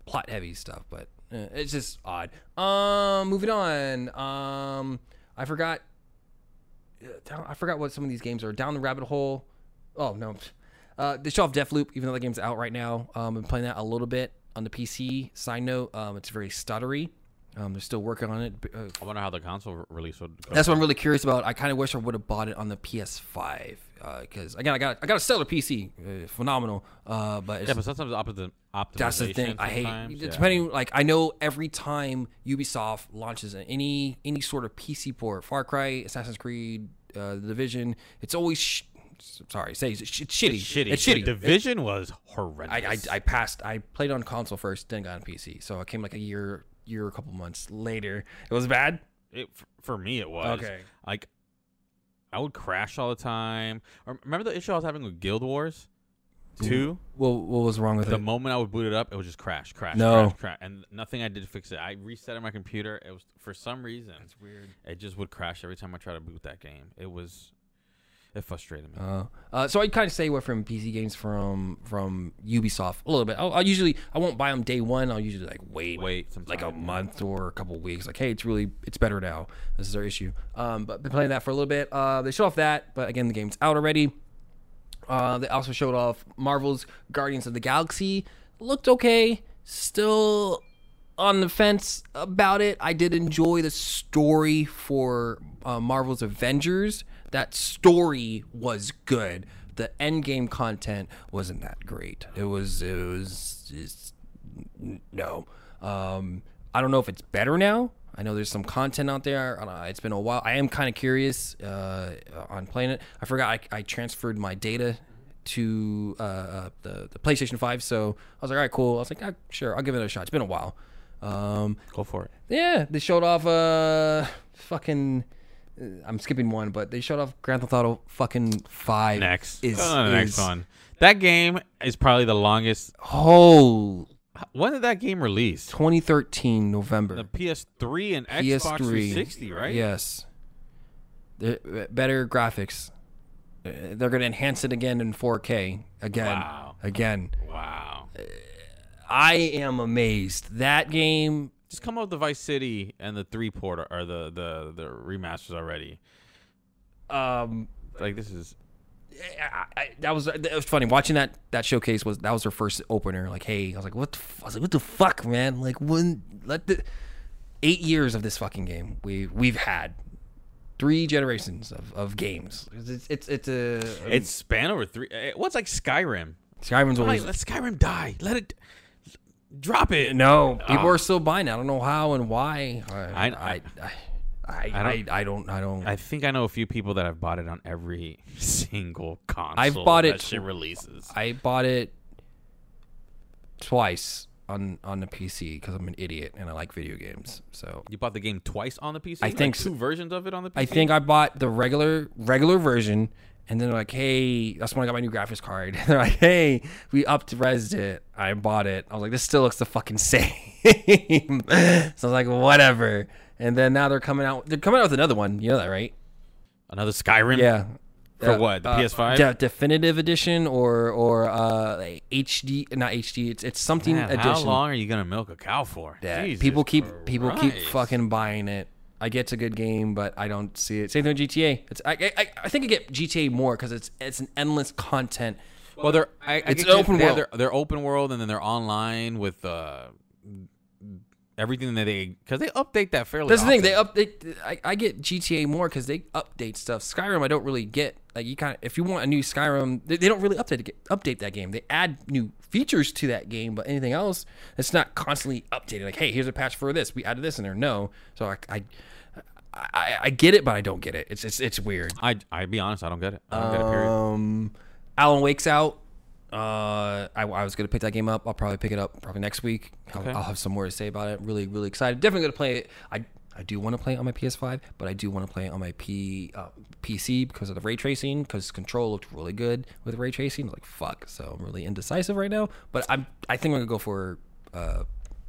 Speaker 1: plot heavy stuff, but eh, it's just odd. Um, moving on. Um, I forgot. uh, down- I forgot what some of these games are. Down the rabbit hole. Oh no. Uh, they show off Deathloop, even though the game's out right now. Um, I'm playing that a little bit on the PC. Side note, um, it's very stuttery. Um, they're still working on it. b- Uh,
Speaker 2: I wonder how the console re- release would. Go.
Speaker 1: that's what I'm really curious about. I kind of wish I would have bought it on the PS5 because uh, again, I got I got a stellar PC, uh, phenomenal. Uh, but it's
Speaker 2: Yeah, but sometimes opti- optimization.
Speaker 1: That's the thing. I hate
Speaker 2: sometimes, yeah.
Speaker 1: depending. Like I know every time Ubisoft launches an- any any sort of PC port, Far Cry, Assassin's Creed, uh, The Division, it's always sh- sorry, say it's, sh- it's shitty.
Speaker 2: Shitty.
Speaker 1: It's
Speaker 2: The
Speaker 1: shitty.
Speaker 2: division was
Speaker 1: I, I,
Speaker 2: horrendous.
Speaker 1: I passed. I played on console first, then got on PC. So I came like a year year a couple months later. It was bad.
Speaker 2: It- f- for me, it was
Speaker 1: Okay.
Speaker 2: Like, I would crash all the time. Or remember the issue I was having with Guild Wars Two?
Speaker 1: Well, what was wrong with
Speaker 2: The
Speaker 1: it?
Speaker 2: moment I would boot it up, it would just crash, crash,
Speaker 1: No.
Speaker 2: crash, crash, and nothing I did to fix it. I reset my computer. It was for some reason
Speaker 1: It's weird.
Speaker 2: it just would crash every time I tried to boot that game. It was it frustrated me.
Speaker 1: Uh, uh, so I kind of stay away from PC games from from Ubisoft a little bit. I'll, I'll usually I won't buy them day one. I'll usually like wait,
Speaker 2: Wait some
Speaker 1: like a
Speaker 2: time, yeah.
Speaker 1: month or a couple weeks. Like hey, it's really it's better now. This is our issue. Um, but been playing that for a little bit. Uh, they showed off that, but again the game's out already. Uh, they also showed off Marvel's Guardians of the Galaxy. Looked okay. Still on the fence about it. I did enjoy the story for uh, Marvel's Avengers. that story was good. The end game content wasn't that great. It was it was just no. Um, I don't know if it's better now. I know there's some content out there. I don't know, It's been a while. I am kind of curious uh, on playing it. I forgot I, I transferred my data to uh, uh, the, the PlayStation 5, so I was like, all right, cool. I was like, ah, sure, I'll give it a shot. It's been a while. Um,
Speaker 2: Go for it.
Speaker 1: yeah, they showed off uh fucking. uh, I'm skipping one, but they showed off Grand Theft Auto fucking five.
Speaker 2: Next.
Speaker 1: is,
Speaker 2: Go on to the next
Speaker 1: is-
Speaker 2: one. That game is probably the longest.
Speaker 1: Oh,
Speaker 2: When did that game release?
Speaker 1: 2013 November.
Speaker 2: The PS3 and Xbox 360, right?
Speaker 1: Yes. They're- uh, better graphics. Uh, They're gonna enhance it again in 4K again,
Speaker 2: Wow.
Speaker 1: again.
Speaker 2: Wow.
Speaker 1: I am amazed. That game
Speaker 2: Just come out with the Vice City and the three port or the the the remasters already.
Speaker 1: um,
Speaker 2: Like this is
Speaker 1: I, I, that was that was funny watching that that showcase was that was their first opener. Like, hey, I was like, what? The f-? I was like, what the fuck, man? Like, when let the eight years of this fucking game we we've had three generations of, of games. It's it's it's a
Speaker 2: it's span over three. eh, What's like Skyrim?
Speaker 1: Skyrim's
Speaker 2: I'm like,
Speaker 1: always
Speaker 2: let Skyrim die. Let it drop it.
Speaker 1: no people are still buying. it. I don't know how and why. I
Speaker 2: Uh, I-
Speaker 1: I I I, I,
Speaker 2: don't-
Speaker 1: don't, I, don't I don't
Speaker 2: I think I know a few people that have bought it on every single console.
Speaker 1: bought
Speaker 2: that
Speaker 1: it
Speaker 2: Shit releases.
Speaker 1: I bought it twice on on the PC because I'm an idiot and I like video games. So
Speaker 2: you bought the game twice on the PC.
Speaker 1: I
Speaker 2: Like,
Speaker 1: think so.
Speaker 2: two versions of it on the PC.
Speaker 1: I think I bought the regular regular version, and then like, hey, that's when I got my new graphics card. They're like, hey, we upped res it. I bought it. I was like, this still looks the fucking same. so I was like, whatever. And then now they're coming out. They're coming out with another one. You know that, right?
Speaker 2: another Skyrim.
Speaker 1: Yeah.
Speaker 2: For
Speaker 1: Uh,
Speaker 2: what? The
Speaker 1: uh,
Speaker 2: PS5.
Speaker 1: de- definitive edition or or uh, like HD? Not HD. It's it's something
Speaker 2: Man,
Speaker 1: edition.
Speaker 2: how long are you gonna milk a cow for?
Speaker 1: Yeah,
Speaker 2: Jesus
Speaker 1: people keep people keep
Speaker 2: Christ.
Speaker 1: fucking buying it. I get it's a good game, but I don't see it. Same thing with GTA. It's I I, I think I get GTA more because it's it's an endless content.
Speaker 2: Well, they're I, I
Speaker 1: It's
Speaker 2: get
Speaker 1: open
Speaker 2: they have
Speaker 1: world.
Speaker 2: Their, their open world, and then they're online with uh, everything that they because they update that fairly.
Speaker 1: That's the thing.
Speaker 2: often.
Speaker 1: They update. I, I get GTA more because they update stuff. Skyrim, I don't really get. Like you kind of, if you want a new Skyrim, they, they don't really update it- update that game. They add new features to that game, but anything else, it's not constantly updated. Like, hey, here's a patch for this. We added this in there. No, so I I, I, I get it, but I don't get it. It's it's it's weird.
Speaker 2: I I be honest, I don't get it. I don't get it. Period.
Speaker 1: Um, Alan Wake's out. Uh, I, I was gonna pick that game up. I'll probably pick it up probably next week. I'll, I'll have some more to say about it. Really, really excited. Definitely gonna play it. I I do want to play it on my PS5, but I do want to play it on my P uh, PC because of the ray tracing. Because Control looked really good with ray tracing. Like fuck, so I'm really indecisive right now. But I'm I think I'm gonna go for uh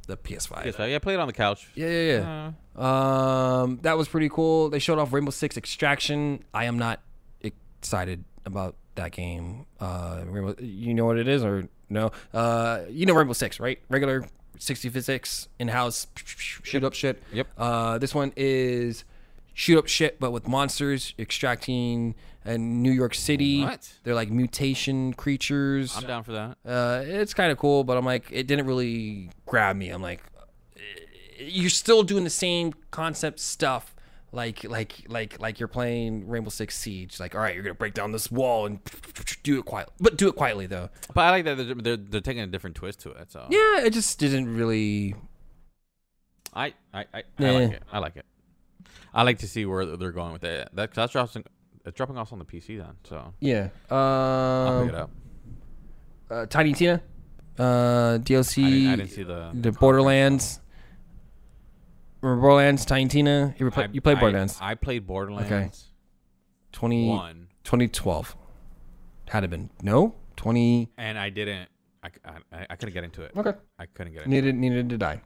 Speaker 1: the PS5.
Speaker 2: Yeah, so, yeah, play it on the couch.
Speaker 1: Yeah, yeah, yeah.
Speaker 2: Uh.
Speaker 1: um, that was pretty cool. They showed off Rainbow Six Extraction. I am not excited about that game. Uh, Rainbow, you know what it is or no? Uh, you know Rainbow Six, right? Regular sixty physics in house shoot up shit.
Speaker 2: Yep.
Speaker 1: Uh, this one is shoot up shit, but with monsters extracting in New York City.
Speaker 2: What?
Speaker 1: They're like mutation creatures
Speaker 2: I'm down for that.
Speaker 1: uh, it's kind of cool, but I'm like, it didn't really grab me. I'm like, eh, you're still doing the same concept stuff. Like, like, like, like you're playing Rainbow Six Siege. Like, all right, you're gonna break down this wall and do it quietly, but do it quietly though.
Speaker 2: But I like that they're, they're, they're taking a different twist to it. That's all.
Speaker 1: Yeah, it just didn't really.
Speaker 2: I I, I, I
Speaker 1: Yeah.
Speaker 2: like it. I like it. I like to see where they're going with it. That 'cause that's dropping it's dropping off on the PC then. So
Speaker 1: Yeah.
Speaker 2: I'll pick
Speaker 1: Um,
Speaker 2: it up.
Speaker 1: uh, Tiny Tina, uh, DLC.
Speaker 2: I didn't, I didn't see the.
Speaker 1: the Borderlands. Remember Borderlands, Tiny Tina. You, were play,
Speaker 2: I-
Speaker 1: you played
Speaker 2: I-
Speaker 1: Borderlands.
Speaker 2: I played Borderlands.
Speaker 1: Twenty.
Speaker 2: One.
Speaker 1: 2012 had it been no 20
Speaker 2: and I didn't. I, c- I- I- I couldn't get into it.
Speaker 1: okay
Speaker 2: I couldn't get into it.
Speaker 1: needed needed to die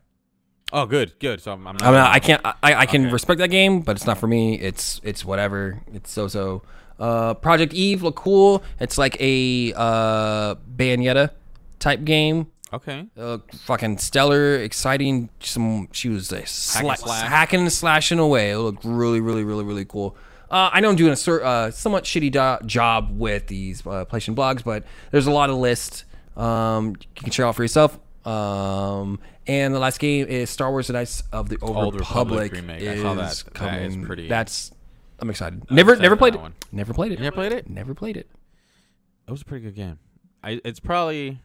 Speaker 2: Oh, good, good. So I'm, I'm not.
Speaker 1: i'm not i can't i, I can respect that game but it's not for me it's it's whatever it's so so uh project eve look cool it's like a uh bayonetta type game
Speaker 2: okay.
Speaker 1: uh, fucking stellar, exciting. Some she was uh, sla-
Speaker 2: slash.
Speaker 1: hacking and slashing away. It looked really, really, really, really cool. Uh, I know I'm doing a cer- uh, somewhat shitty do- job with these uh, PlayStation blogs, but there's a lot of lists. Um, you can check out for yourself. Um, and the last game is Star Wars: The Knights of the Old,
Speaker 2: Old Republic
Speaker 1: Republic.
Speaker 2: remake. I saw that. That is pretty-
Speaker 1: That's I'm excited. Never,
Speaker 2: excited
Speaker 1: never
Speaker 2: about
Speaker 1: played
Speaker 2: that
Speaker 1: it.
Speaker 2: one.
Speaker 1: Never played it.
Speaker 2: You never played it?
Speaker 1: Never played it.
Speaker 2: It was a pretty good game. I, it's probably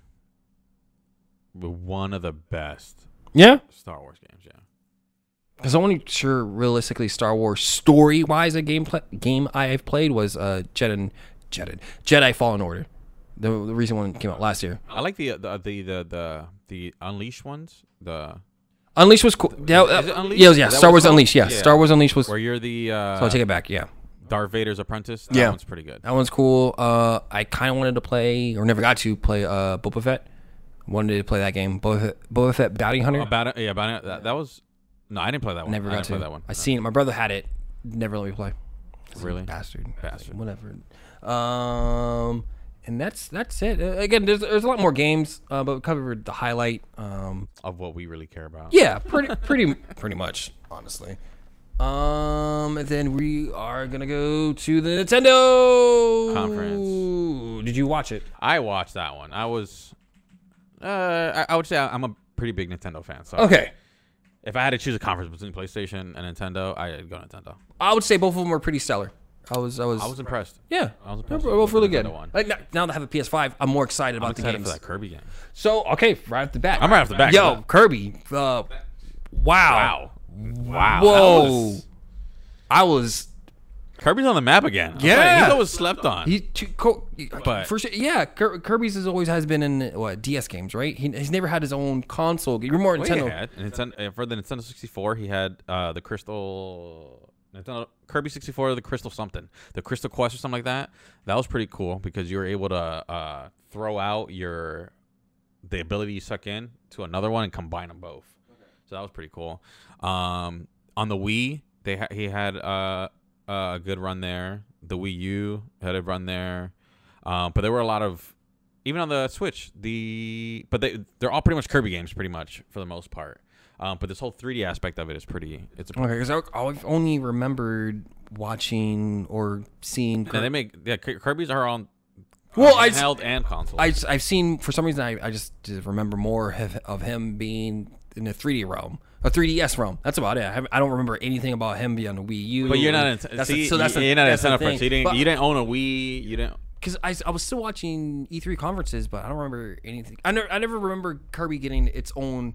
Speaker 2: one of the best
Speaker 1: Yeah,
Speaker 2: Star Wars games. Yeah,
Speaker 1: because the only sure realistically Star Wars story wise a game pla game I've played was uh Jedi Jedi Jedi Fallen Order, the, the recent one that came out last year.
Speaker 2: I like the the the the the, the Unleashed ones. The
Speaker 1: Unleashed was cool. Yeah, uh,
Speaker 2: Is it Unleashed?
Speaker 1: yeah,
Speaker 2: Is
Speaker 1: yeah.
Speaker 2: that
Speaker 1: Star
Speaker 2: what
Speaker 1: Wars
Speaker 2: it's called?
Speaker 1: Unleashed. Yeah,
Speaker 2: Yeah.
Speaker 1: Star Wars Unleashed was.
Speaker 2: where you're the
Speaker 1: so I'll
Speaker 2: uh,
Speaker 1: take it back. Yeah,
Speaker 2: Darth Vader's apprentice. That
Speaker 1: Yeah.
Speaker 2: one's pretty good.
Speaker 1: that one's cool. Uh, I kind of wanted to play or never got to play uh Boba Fett. Wanted to play that game. Boba Fett, Boba Fett Bounty Hunter.
Speaker 2: About it, yeah, about it, that, that was. No, I didn't play that one.
Speaker 1: Never
Speaker 2: I
Speaker 1: got
Speaker 2: didn't
Speaker 1: to
Speaker 2: play that one.
Speaker 1: I seen it. My brother had it. Never let me play.
Speaker 2: Really?
Speaker 1: Bastard.
Speaker 2: Bastard.
Speaker 1: Whatever. Um, and that's that's it. Uh, Again, there's there's a lot more games, uh, but we covered the highlight. Um,
Speaker 2: Of what we really care about.
Speaker 1: yeah, pretty pretty pretty much, honestly. Um, and then we are gonna go to the Nintendo
Speaker 2: Conference.
Speaker 1: Did you watch it?
Speaker 2: I watched that one. I was. Uh, I, I would say I'm a pretty big Nintendo fan. So
Speaker 1: Okay,
Speaker 2: if I had to choose a conference between PlayStation and Nintendo, I'd go Nintendo.
Speaker 1: I would say both of them are pretty stellar. I was I was,
Speaker 2: I was impressed.
Speaker 1: yeah,
Speaker 2: I was
Speaker 1: They
Speaker 2: impressed
Speaker 1: were both
Speaker 2: with
Speaker 1: really
Speaker 2: the
Speaker 1: good.
Speaker 2: Nintendo one.
Speaker 1: Like now, now that I have a PS5, I'm more excited about
Speaker 2: I'm
Speaker 1: the
Speaker 2: excited
Speaker 1: games.
Speaker 2: for that Kirby game.
Speaker 1: So okay, right off the bat,
Speaker 2: I'm right off the back.
Speaker 1: Yo, Kirby. Uh, wow.
Speaker 2: Wow. Wow.
Speaker 1: Whoa.
Speaker 2: that was-
Speaker 1: I was.
Speaker 2: Kirby's on the map again. I was like,
Speaker 1: Yeah.
Speaker 2: he's always slept on.
Speaker 1: He too, co-
Speaker 2: But-
Speaker 1: for sure. Yeah, Kir- Kirby's has always has been in what DS games, right? He, he's never had his own console. You're more
Speaker 2: Well, he
Speaker 1: Nintendo.
Speaker 2: had- Ninten- uh, for the Nintendo 64, he had uh, the Crystal Nintendo Kirby 64, the Crystal something, the Crystal Quest or something like that. That was pretty cool because you were able to uh, throw out your the ability you suck in to another one and combine them both. So that was pretty cool. Um, on the Wii, they ha- he had uh, a good run there. The Wii U had a run there, um, but there were a lot of even on the Switch. The but they they're all pretty much Kirby games, pretty much for the most part. Um, but this whole 3D aspect of it is pretty. It's a,
Speaker 1: Okay, because I've only remembered watching or seeing.
Speaker 2: and they
Speaker 1: Kirby.
Speaker 2: make yeah Ki- Kirby's are on
Speaker 1: Well, I s-
Speaker 2: handheld and console.
Speaker 1: I, have seen for some reason I, I just just remember more of, of him being in the 3D realm, a 3DS realm. That's about it. I, haven't- I don't remember anything about him being on the Wii U.
Speaker 2: but you're not in,
Speaker 1: and- that's the-
Speaker 2: see,
Speaker 1: so that's the-
Speaker 2: you're not in
Speaker 1: that's the thing.
Speaker 2: Santa Fe. So you didn't
Speaker 1: But- Uh,
Speaker 2: you didn't own a Wii. You didn't.
Speaker 1: because I, I was still watching E3 conferences, but I don't remember anything. I never I never remember Kirby getting its own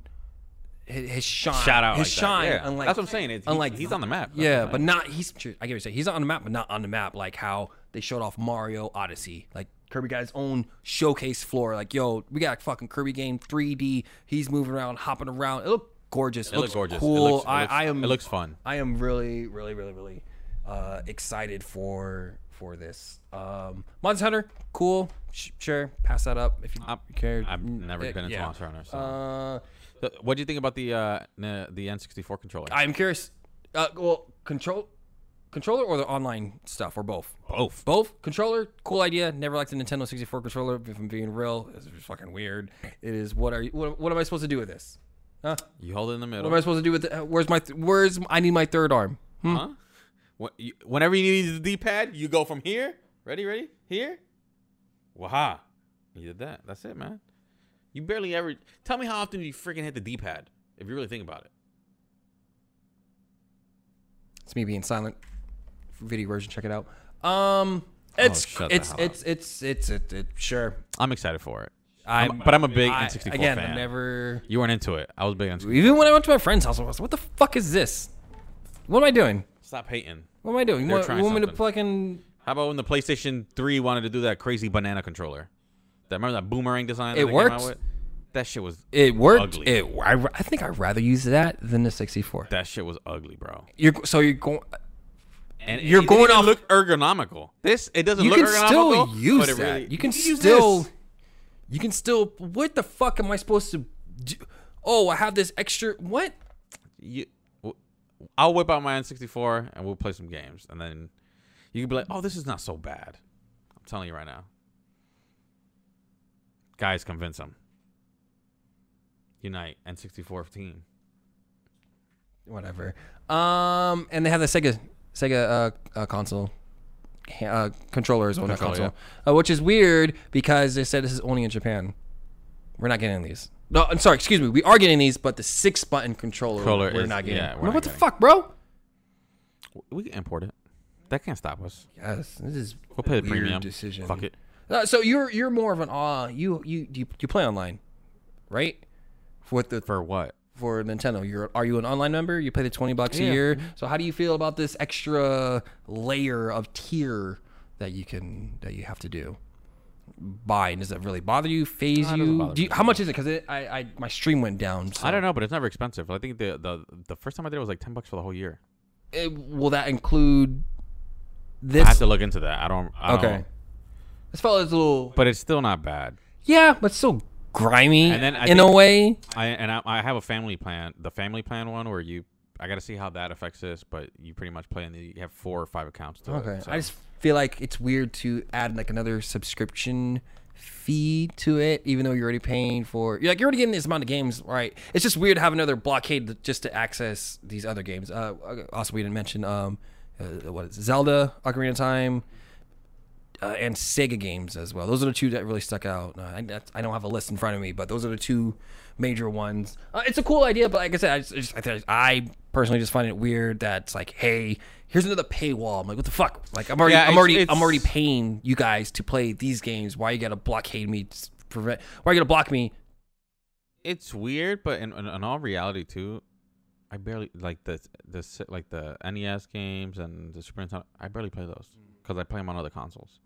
Speaker 1: his, his shine,
Speaker 2: Shout out
Speaker 1: his
Speaker 2: like that.
Speaker 1: shine.
Speaker 2: Yeah.
Speaker 1: Unlike,
Speaker 2: That's what I'm saying. It's, he's-
Speaker 1: unlike-
Speaker 2: he's on the map. That's what
Speaker 1: yeah,
Speaker 2: I'm
Speaker 1: but not he's. I get what you're saying. He's on the map, but not on the map. Like how they showed off Mario Odyssey. Like Kirby got his own showcase floor. Like yo, we got a fucking Kirby game 3D. He's moving around, hopping around. It looked gorgeous. It,
Speaker 2: It looks gorgeous.
Speaker 1: Cool.
Speaker 2: It looks, it
Speaker 1: I,
Speaker 2: looks-
Speaker 1: I am.
Speaker 2: It looks fun.
Speaker 1: I am really, really, really, really uh, excited for for this. Um, Monster Hunter, cool. Sh- sure, pass that up if you
Speaker 2: I'm-
Speaker 1: care.
Speaker 2: I've
Speaker 1: Mm,
Speaker 2: never
Speaker 1: eh,
Speaker 2: been into
Speaker 1: yeah.
Speaker 2: Monster Hunter. So.
Speaker 1: Uh,
Speaker 2: So what do you think about the uh, n- the N64 controller?
Speaker 1: I'm curious. Uh, well, control controller or the online stuff or both.
Speaker 2: Both.
Speaker 1: Both controller, cool idea. Never liked the Nintendo 64 controller. If I'm being real, it's just fucking weird. It is. What are you? What, what am I supposed to do with this? Huh?
Speaker 2: You hold it in the
Speaker 1: What
Speaker 2: middle.
Speaker 1: am I supposed to do with? The, uh, where's my? Th- where's I need my third arm?
Speaker 2: huh? Wh- you- Whenever you use the D-pad, you go from here. Ready, ready, here. Waha. You did that. That's it, man. You barely ever. Tell me how often you freaking hit the D-pad if you really think about it.
Speaker 1: It's me being silent. Video version, check it out. Um, it's
Speaker 2: Oh, shut the
Speaker 1: it's,
Speaker 2: hell up.
Speaker 1: it's, it's it's it's it, sure.
Speaker 2: I'm excited for it.
Speaker 1: I'm,
Speaker 2: but I'm a big
Speaker 1: I-
Speaker 2: N64
Speaker 1: again.
Speaker 2: fan.
Speaker 1: I'm never
Speaker 2: You weren't into it. I was big on.
Speaker 1: even when I went to my friend's house. I was like, "What the fuck is this? What am I doing?
Speaker 2: Stop hating.
Speaker 1: What am I doing? You
Speaker 2: They're
Speaker 1: want, you
Speaker 2: trying
Speaker 1: want me to
Speaker 2: something.
Speaker 1: fucking
Speaker 2: How about when the PlayStation 3 wanted to do that crazy banana controller? That remember that boomerang design? That
Speaker 1: It
Speaker 2: they came out
Speaker 1: worked.
Speaker 2: with? That shit was.
Speaker 1: it worked?
Speaker 2: Ugly.
Speaker 1: It I, I think I'd rather use that than the 64.
Speaker 2: That shit was ugly, bro.
Speaker 1: You're so you're going.
Speaker 2: and
Speaker 1: You're
Speaker 2: it,
Speaker 1: going
Speaker 2: it
Speaker 1: off-
Speaker 2: look ergonomical. This it doesn't
Speaker 1: You
Speaker 2: look
Speaker 1: can
Speaker 2: ergonomical.
Speaker 1: still use
Speaker 2: but it
Speaker 1: that.
Speaker 2: really-
Speaker 1: you can
Speaker 2: use
Speaker 1: still.
Speaker 2: this.
Speaker 1: You can still. What the fuck am I supposed to? do? Oh, I have this extra. What?
Speaker 2: You, w- I'll whip out my N64 and we'll play some games, and then you can be like, "Oh, this is not so bad." I'm telling you right now. Guys, convince them. Unite N64 team.
Speaker 1: whatever. Um, and they have the Sega Sega uh, uh console ha- uh, controllers on that
Speaker 2: Controller,
Speaker 1: console, uh, which is weird because they said this is only in Japan. We're not getting these. No, I'm sorry. Excuse me. We are getting these, but the six button controller,
Speaker 2: Controller
Speaker 1: we're
Speaker 2: is-
Speaker 1: not getting.
Speaker 2: yeah, we're
Speaker 1: Man,
Speaker 2: not
Speaker 1: what the
Speaker 2: getting.
Speaker 1: fuck, bro?
Speaker 2: We can import it. That can't stop us.
Speaker 1: Yes, this is
Speaker 2: We'll pay the
Speaker 1: weird
Speaker 2: premium.
Speaker 1: decision.
Speaker 2: Fuck it.
Speaker 1: Uh, so you're you're more of an uh you you you, you play online, right? For what the
Speaker 2: For what?
Speaker 1: for Nintendo, you're are you an online member? You pay the twenty bucks
Speaker 2: Yeah. Mm-hmm.
Speaker 1: a year. So how do you feel about this extra layer of tier that you can that you have to do? Buying does that really bother you? Phase
Speaker 2: it doesn't
Speaker 1: you?
Speaker 2: bother
Speaker 1: Do you?
Speaker 2: me.
Speaker 1: How much is it? Because I I my stream went down. So
Speaker 2: I don't know, but it's never expensive. I think the the the first time I did it was like ten bucks for the whole year.
Speaker 1: It- will that include
Speaker 2: I have
Speaker 1: this?
Speaker 2: to look into that. I don't. I okay.
Speaker 1: okay, this felt a little
Speaker 2: but it's still not bad.
Speaker 1: yeah, but still grimy
Speaker 2: And then I
Speaker 1: in a
Speaker 2: think-
Speaker 1: way.
Speaker 2: I and I, I have a family plan. The family plan one where you. I got to see how that affects this, but you pretty much play and you have four or five accounts to
Speaker 1: Okay.
Speaker 2: it. so-
Speaker 1: I just feel like it's weird to add like another subscription fee to it, even though you're already paying for you're like you're already getting this amount of games, right? It's just weird to have another blockade to- just to access these other games. Uh, also, we didn't mention um, uh, what is it, Zelda, Ocarina of Time, uh, and Sega games as well. Those are the two that really stuck out. Uh, I, that's- I don't have a list in front of me, but those are the two major ones. Uh, it's a cool idea, but like I said, I, just, I, just, I, think- I personally just find it weird that it's like, hey, here's another paywall. I'm like, what the fuck? Like, I'm already,
Speaker 2: Yeah,
Speaker 1: I'm
Speaker 2: it's-
Speaker 1: already, I'm
Speaker 2: it's-
Speaker 1: already paying you guys to play these games. Why you gotta blockade me? to Prevent? Why you gotta block me?
Speaker 2: it's weird, but in, in, in all reality too, I barely like the the s- like the NES games and the Super Nintendo. I barely play those
Speaker 1: Mm.
Speaker 2: because I play them on other consoles.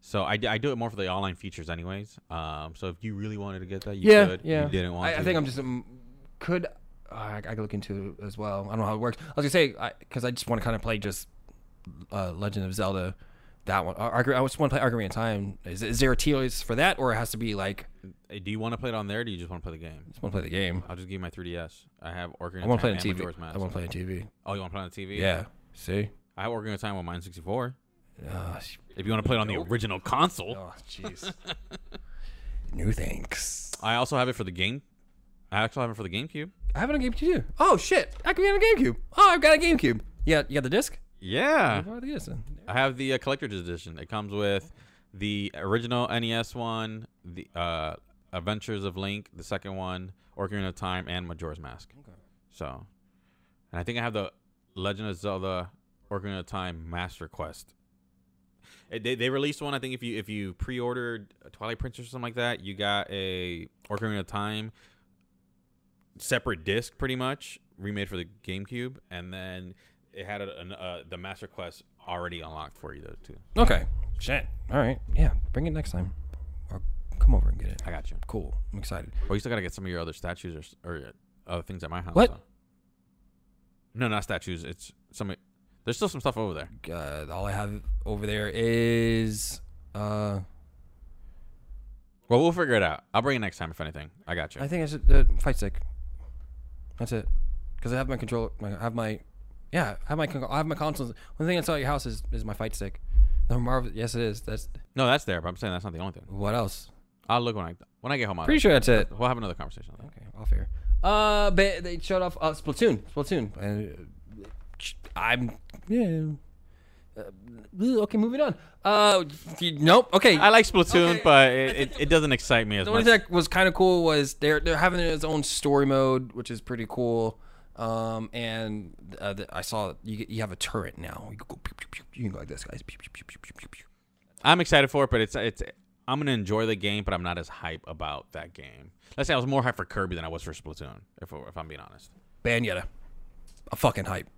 Speaker 2: So I, d- I do it more for the online features, anyways. Um, so if you really wanted to get that, you could. You didn't want
Speaker 1: I,
Speaker 2: to.
Speaker 1: I think I'm just um, could uh, I, I could look into it as well. I don't know how it works. I was gonna say because I, just want to kind of play just uh, Legend of Zelda, that one. Ar- Argu- I just want to play Ocarina of Time. Is, is there a tier list for that, or it has to be like I
Speaker 2: Uh, Do you want to play it on there? Or do you just want to play the game?
Speaker 1: just want to play the game?
Speaker 2: I'll just give you my 3DS. I have Ocarina.
Speaker 1: I want to play on
Speaker 2: Time and
Speaker 1: TV.
Speaker 2: Majora's Mask.
Speaker 1: I want to play on TV.
Speaker 2: Oh, you want to play on the TV?
Speaker 1: Yeah. See.
Speaker 2: I have Ocarina of Time on mine 64.
Speaker 1: Oh, sh-
Speaker 2: If you want to play it on the original console,
Speaker 1: oh, jeez. New thanks.
Speaker 2: I also have it for the game. I actually have it for the GameCube.
Speaker 1: I have it on GameCube too. Oh shit! I could be on a GameCube. Oh, I've got a GameCube. Yeah, you got the disc.
Speaker 2: Yeah.
Speaker 1: Where are the discs then?
Speaker 2: I have the uh, collector's edition. It comes with the original NES one, the uh, Adventures of Link, the second one, Ocarina of Time, and Majora's Mask. So, and I think I have the Legend of Zelda Ocarina of Time Master Quest. It- they, they released one. I think if you if you pre-ordered Twilight Princess or something like that, you got a Ocarina of Time separate disc, pretty much remade for the GameCube, and then it had a, an uh, the Master Quest already unlocked for you though too.
Speaker 1: Okay. Shit. All right. Yeah. Bring it next time, or come over and get it.
Speaker 2: I got you.
Speaker 1: Cool. I'm excited.
Speaker 2: Well, you still gotta get some of your other statues or s- or uh, other things at my house.
Speaker 1: What?
Speaker 2: though. No, not statues. It's some. There's still some stuff over there.
Speaker 1: Uh, all I have over there is. Uh,
Speaker 2: Well, we'll figure it out. I'll bring it next time if anything. I got you.
Speaker 1: I think it's the fight stick. That's it. Because I have my controller. My, I have my. Yeah, I have my. con- I have my consoles. One thing that's at your house is, is my fight stick. The Marvel. Yes, it is. That's
Speaker 2: no, that's there, but I'm saying that's not the only thing.
Speaker 1: what else?
Speaker 2: I'll look when I when I get home. I'll-
Speaker 1: Pretty sure that's it.
Speaker 2: We'll have another conversation. On that.
Speaker 1: Okay, off air. Uh, but they showed off uh, Splatoon. Splatoon. And uh, I'm yeah. Uh, okay, moving on. Uh, nope. Okay.
Speaker 2: I like Splatoon,
Speaker 1: Okay.
Speaker 2: but it, it, it doesn't excite me as
Speaker 1: the
Speaker 2: much.
Speaker 1: only thing that was kind of cool was they're they're having its own story mode, which is pretty cool. Um, and uh, the, I saw you get- you have a turret now. You can go pew, pew, pew. you can go like this, guys. Pew, pew, pew, pew, pew, pew, pew.
Speaker 2: I'm excited for it, but it's it's. I'm gonna enjoy the game, but I'm not as hype about that game. Let's say I was more hype for Kirby than I was for Splatoon, if if I'm being honest.
Speaker 1: Bayonetta, a fucking hype.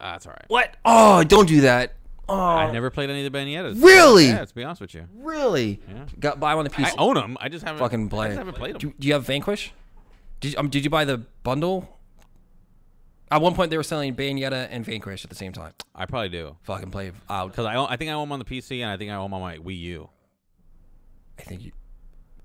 Speaker 2: Uh, that's all right.
Speaker 1: What? Oh, don't do that. Oh,
Speaker 2: I never played any of the Bayonettas.
Speaker 1: Really?
Speaker 2: Yeah, to be honest with you,
Speaker 1: really? Got buy one a piece.
Speaker 2: I own them. I just haven't
Speaker 1: fucking
Speaker 2: I
Speaker 1: play
Speaker 2: just
Speaker 1: it.
Speaker 2: haven't played them.
Speaker 1: Do, do you have Vanquish? Did you- um, did you buy the bundle? At one point, they were selling Bayonetta and Vanquish at the same time.
Speaker 2: I probably do
Speaker 1: Fucking play uh, out.
Speaker 2: because I own, I think I own 'em on the PC and I think I own 'em on my Wii U.
Speaker 1: I think you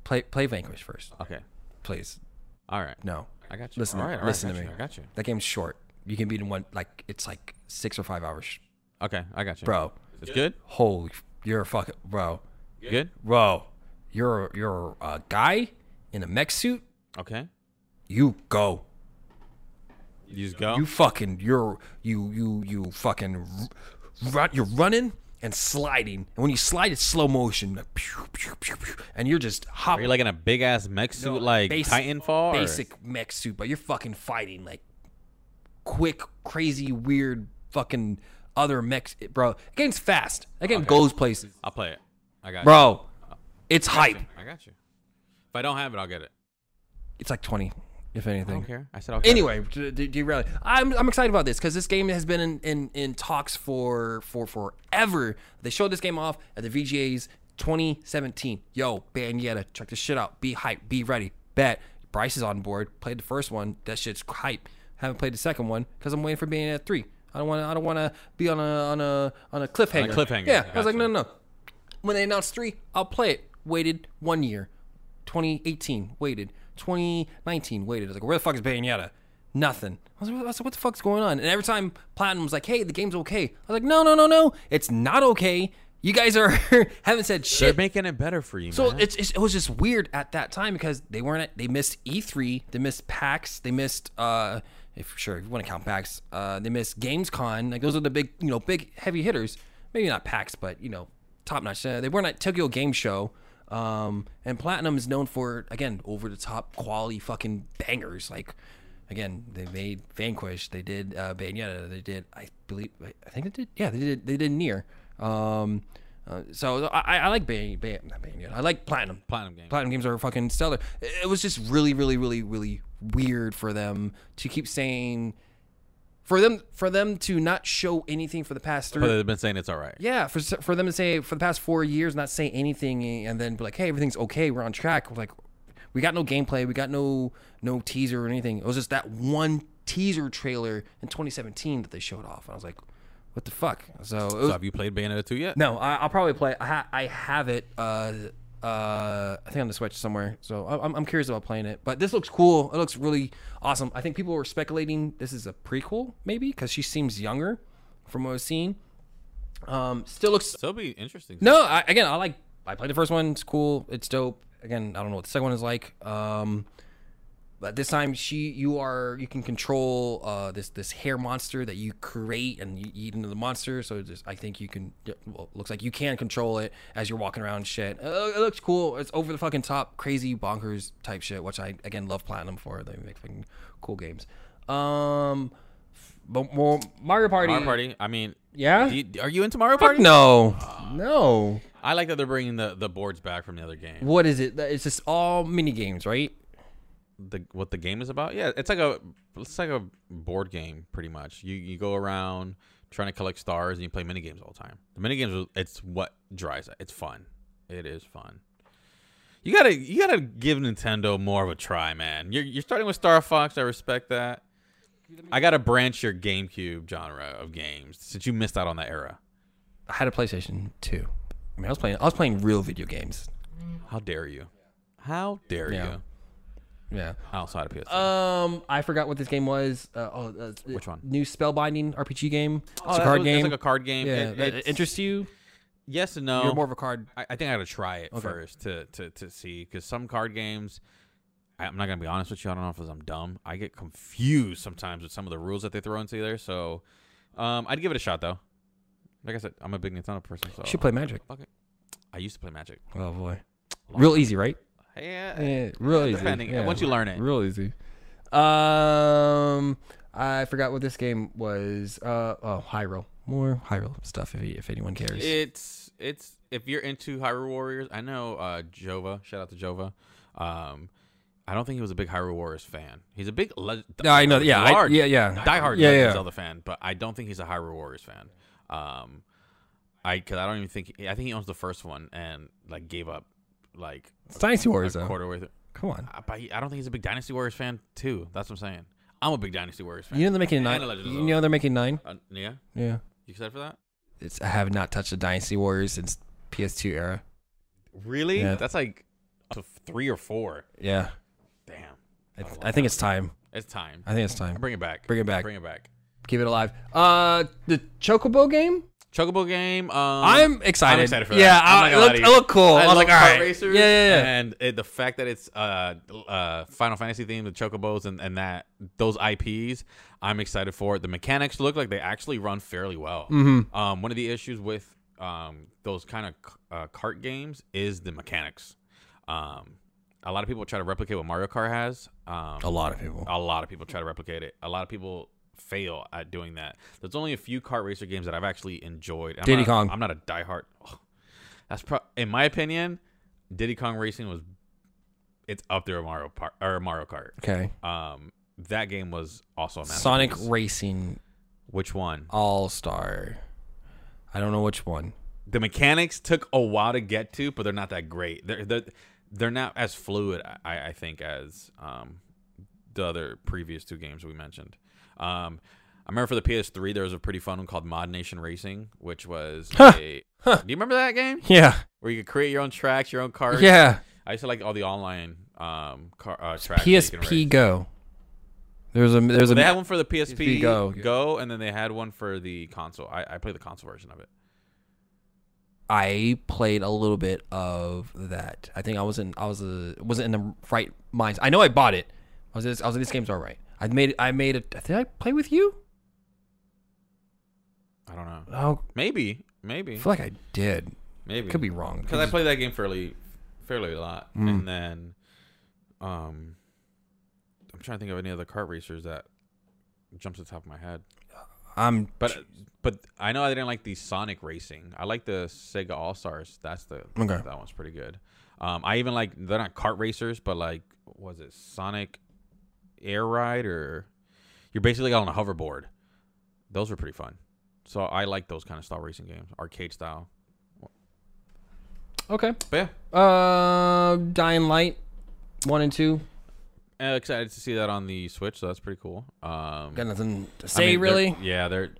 Speaker 1: play play Vanquish first,
Speaker 2: Okay,
Speaker 1: please.
Speaker 2: all right.
Speaker 1: No,
Speaker 2: I got you.
Speaker 1: listen,
Speaker 2: all
Speaker 1: to-
Speaker 2: right, all right, I
Speaker 1: listen
Speaker 2: got
Speaker 1: to
Speaker 2: you,
Speaker 1: me.
Speaker 2: I got you.
Speaker 1: That game's short. You can beat in one like it's like six or five hours,
Speaker 2: Okay, I got you,
Speaker 1: bro.
Speaker 2: It's good.
Speaker 1: Holy, you're a fucking bro,
Speaker 2: Good.
Speaker 1: bro. You're you're a guy in a mech suit.
Speaker 2: Okay.
Speaker 1: You go.
Speaker 2: You just go.
Speaker 1: You fucking you're you you you fucking r- run, you're running and sliding. And when you slide it's slow motion. Like, pew, pew, pew, pew, and you're just
Speaker 2: Are
Speaker 1: hopping
Speaker 2: you like in a big ass mech suit like
Speaker 1: basic-
Speaker 2: Titanfall? or-
Speaker 1: basic mech suit, but you're fucking fighting like quick, crazy, weird fucking other Mex, bro. That game's fast. That game goes places,
Speaker 2: I'll play it. I got
Speaker 1: bro. It's hype.
Speaker 2: you. I got you. If I don't have it, I'll get it.
Speaker 1: It's like twenty, if
Speaker 2: I
Speaker 1: anything.
Speaker 2: don't care. I said I'll get it.
Speaker 1: Anyway, d- d- derail. I'm I'm excited about this because this game has been in, in in talks for for forever. They showed this game off at the VGAs 2017. Yo, Bayonetta, check this shit out. Be hype. Be ready. Bet. Bryce is on board. Played the first one. That shit's hype. Haven't played the second one because I'm waiting for Bayonetta three. I don't want to. I don't want to be on a on a on a cliffhanger.
Speaker 2: cliffhanger.
Speaker 1: Yeah. I was like, no,
Speaker 2: Gotcha.
Speaker 1: no, no. When they announced three, I'll play it. Waited one year. 2018, waited. 2019, waited. I was like, where the fuck is Bayonetta? Nothing. I was like, what- I was like, what the fuck's going on? And every time Platinum was like, hey, the game's okay. I was like, no, no, no, no. It's not okay. You guys are haven't said
Speaker 2: They're
Speaker 1: shit.
Speaker 2: making it better for you,
Speaker 1: So
Speaker 2: man.
Speaker 1: it's, it's it was just weird at that time because they weren't at, they missed E3, they missed PAX, they missed uh if sure if you want to count PAX, uh they missed GamesCon. Like those are the big you know big heavy hitters. Maybe not PAX, but you know top notch. Uh, they weren't at Tokyo Game Show. Um and Platinum is known for again over the top quality fucking bangers like. Again, they made Vanquish. They did uh, Bayonetta. They did, I believe, I think they did. Yeah, they did. They did near. Um, uh, so I, I like Bay, Bay, not Bayonetta. I like Platinum.
Speaker 2: Platinum game.
Speaker 1: Platinum games are fucking stellar. It was just really, really, really, really weird for them to keep saying, for them, for them to not show anything for the past three.
Speaker 2: but they've been saying it's all right.
Speaker 1: yeah, for s- for them to say for the past four years not say anything and then be like, hey, everything's okay, we're on track. We're like, we got no gameplay, we got no no teaser or anything. It was just that one teaser trailer in 2017 that they showed off, and I was like, what the fuck? So it was,
Speaker 2: So have you played Bayonetta 2 yet?
Speaker 1: no, I, I'll probably play. I, ha- I have it. Uh, uh, I think on the Switch somewhere. So I- I'm, I'm curious about playing it. But this looks cool. It looks really awesome. I think people were speculating this is a prequel, maybe, because she seems younger from what I've seen. Um, still looks
Speaker 2: So it'll be interesting.
Speaker 1: no, I, again, I like. I played the first one. It's cool. It's dope. Again, I don't know what the second one is like. Um, but this time, she, you are, you can control uh, this this hair monster that you create and you eat into the monster. So just, I think you can. Well, looks like you can control it as you're walking around. And shit, uh, it looks cool. It's over the fucking top, crazy, bonkers type shit, which I again love Platinum for. They make fucking cool games. Um, but more Mario Party.
Speaker 2: Mario Party. I mean,
Speaker 1: Yeah?
Speaker 2: do you- are you into Mario
Speaker 1: Fuck
Speaker 2: Party?
Speaker 1: no, no.
Speaker 2: I like that they're bringing the, the boards back from the other game.
Speaker 1: what is it? It's just all mini games, right?
Speaker 2: the what the game is about. Yeah, it's like a it's like a board game pretty much. You you go around trying to collect stars and you play mini games all the time. The mini games it's what drives it. It's fun. It is fun. You gotta you gotta give Nintendo more of a try, man. You're you're starting with Star Fox. I respect that. I gotta branch your GameCube genre of games since you missed out on that era.
Speaker 1: I had a PlayStation Two. I mean, I was playing. I was playing real video games.
Speaker 2: How dare you? How dare
Speaker 1: Yeah.
Speaker 2: you?
Speaker 1: Yeah.
Speaker 2: Outside of PS.
Speaker 1: Um, I forgot what this game was. Uh, oh, uh,
Speaker 2: Which one?
Speaker 1: New spellbinding RPG game.
Speaker 2: Oh,
Speaker 1: it's a
Speaker 2: that
Speaker 1: card
Speaker 2: was-
Speaker 1: game.
Speaker 2: It's like a card game.
Speaker 1: yeah,
Speaker 2: It-
Speaker 1: that-
Speaker 2: it's-
Speaker 1: interests you?
Speaker 2: yes and no.
Speaker 1: You're more of a card.
Speaker 2: I, I think I gotta try it first to to to see because some card games. I- I'm not gonna be honest with you. I don't know if 'cause I'm dumb. I get confused sometimes with some of the rules that they throw into there. So, um, I'd give it a shot though. Like I said, I'm a big Nintendo person. So
Speaker 1: Should play Magic.
Speaker 2: Fuck it. I used to play Magic.
Speaker 1: Oh boy, real easy, right?
Speaker 2: Yeah,
Speaker 1: Yeah, real easy.
Speaker 2: depending
Speaker 1: Yeah.
Speaker 2: once you learn it.
Speaker 1: real easy. Um, I forgot what this game was. Uh, oh, Hyrule. More Hyrule stuff if if anyone cares.
Speaker 2: It's it's if you're into Hyrule Warriors, I know uh Jova, shout out to Jova. Um I don't think he was a big Hyrule Warriors fan. He's a big le-
Speaker 1: No, I know- yeah, I-
Speaker 2: large-
Speaker 1: yeah, yeah.
Speaker 2: diehard
Speaker 1: Yeah,
Speaker 2: yeah,
Speaker 1: yeah.
Speaker 2: Zelda fan, but I don't think he's a Hyrule Warriors fan. Um I cuz I don't even think I think he owns the first one and like gave up like
Speaker 1: It's Dynasty Warriors
Speaker 2: a
Speaker 1: though.
Speaker 2: quarter way through.
Speaker 1: Come on.
Speaker 2: I- But he, I don't think he's a big Dynasty Warriors fan too. That's what I'm saying. I'm a big Dynasty Warriors fan.
Speaker 1: You know they're making nine.
Speaker 2: And The Legend of
Speaker 1: You
Speaker 2: Zelda.
Speaker 1: know they're making nine.
Speaker 2: Uh, yeah.
Speaker 1: Yeah.
Speaker 2: You excited for that?
Speaker 1: It's I have not touched the Dynasty Warriors since PS2 era.
Speaker 2: Really?
Speaker 1: Yeah.
Speaker 2: That's like up to 3 or 4.
Speaker 1: Yeah.
Speaker 2: Damn.
Speaker 1: I, I think it's time.
Speaker 2: It's time.
Speaker 1: I think it's time.
Speaker 2: Bring it back.
Speaker 1: Bring it back.
Speaker 2: Bring it back.
Speaker 1: Keep it alive. Uh, the Chocobo game.
Speaker 2: Chocobo game. Um,
Speaker 1: I'm excited.
Speaker 2: I'm excited for
Speaker 1: Yeah,
Speaker 2: that. I'm
Speaker 1: I,
Speaker 2: not
Speaker 1: it
Speaker 2: gonna lie
Speaker 1: looked,
Speaker 2: to
Speaker 1: it
Speaker 2: you.
Speaker 1: looked cool. I, was
Speaker 2: love
Speaker 1: like, all
Speaker 2: kart
Speaker 1: right,
Speaker 2: racers,
Speaker 1: yeah, yeah, yeah.
Speaker 2: and it, the fact that it's uh, uh, Final Fantasy themed with Chocobos and, and that those IPs, I'm excited for it. The mechanics look like they actually run fairly well.
Speaker 1: Mm-hmm.
Speaker 2: Um, one of the issues with um, those kind of c- uh, cart games is the mechanics. Um, a lot of people try to replicate what Mario Kart has. Um,
Speaker 1: A lot of people.
Speaker 2: a lot of people try to replicate it. A lot of people fail at doing that. There's only a few kart racer games that I've actually enjoyed. I'm
Speaker 1: Diddy
Speaker 2: not,
Speaker 1: Kong.
Speaker 2: I'm not a diehard. Oh, that's pro- in my opinion, Diddy Kong Racing was it's up there with Mario Par- or Mario Kart.
Speaker 1: Okay.
Speaker 2: Um, that game was also a masterpiece.
Speaker 1: Sonic Racing
Speaker 2: Which one?
Speaker 1: All Star. I don't know which one.
Speaker 2: the mechanics took a while to get to, but they're not that great. They're they're, they're not as fluid, I, I think, as um, the other previous two games we mentioned. Um, I remember for the PS3, there was a pretty fun one called Mod Nation Racing, which was a. Do you remember that game
Speaker 1: Yeah.
Speaker 2: where you could create your own tracks, your own cars?
Speaker 1: Yeah.
Speaker 2: I used to like all the online um car uh, tracks. that you can
Speaker 1: PSP
Speaker 2: race.
Speaker 1: Go. There's a there's
Speaker 2: They
Speaker 1: a
Speaker 2: had one for the PSP,
Speaker 1: PSP Go,
Speaker 2: Go,
Speaker 1: yeah.
Speaker 2: and then they had one for the console. I, I played the console version of it.
Speaker 1: I played a little bit of that. I think I was in I was a, wasn't in the right minds. I know I bought it. I was just, I was like these games are right. I made I made a did I play with you?
Speaker 2: I don't know.
Speaker 1: Oh,
Speaker 2: Maybe,
Speaker 1: I
Speaker 2: maybe,
Speaker 1: feel like I did.
Speaker 2: maybe.
Speaker 1: Could be wrong.
Speaker 2: because I played that game fairly, fairly a lot, and then, um, I'm trying to think of any other kart racers that jumps to the top of my head.
Speaker 1: I'm
Speaker 2: But but I know I didn't like the Sonic Racing. I like the Sega All Stars. That's the
Speaker 1: Okay.
Speaker 2: that one's pretty good. Um, I even like they're not kart racers, but like what was it Sonic Air Ride or you're basically on a hoverboard. Those were pretty fun. So I like those kind of style racing games, arcade style.
Speaker 1: okay.
Speaker 2: But yeah.
Speaker 1: Uh, Dying Light, one and two.
Speaker 2: uh, excited to see that on the Switch, so that's pretty cool. Um,
Speaker 1: Got nothing to
Speaker 2: I
Speaker 1: say
Speaker 2: mean, they're-
Speaker 1: really.
Speaker 2: Yeah, they're.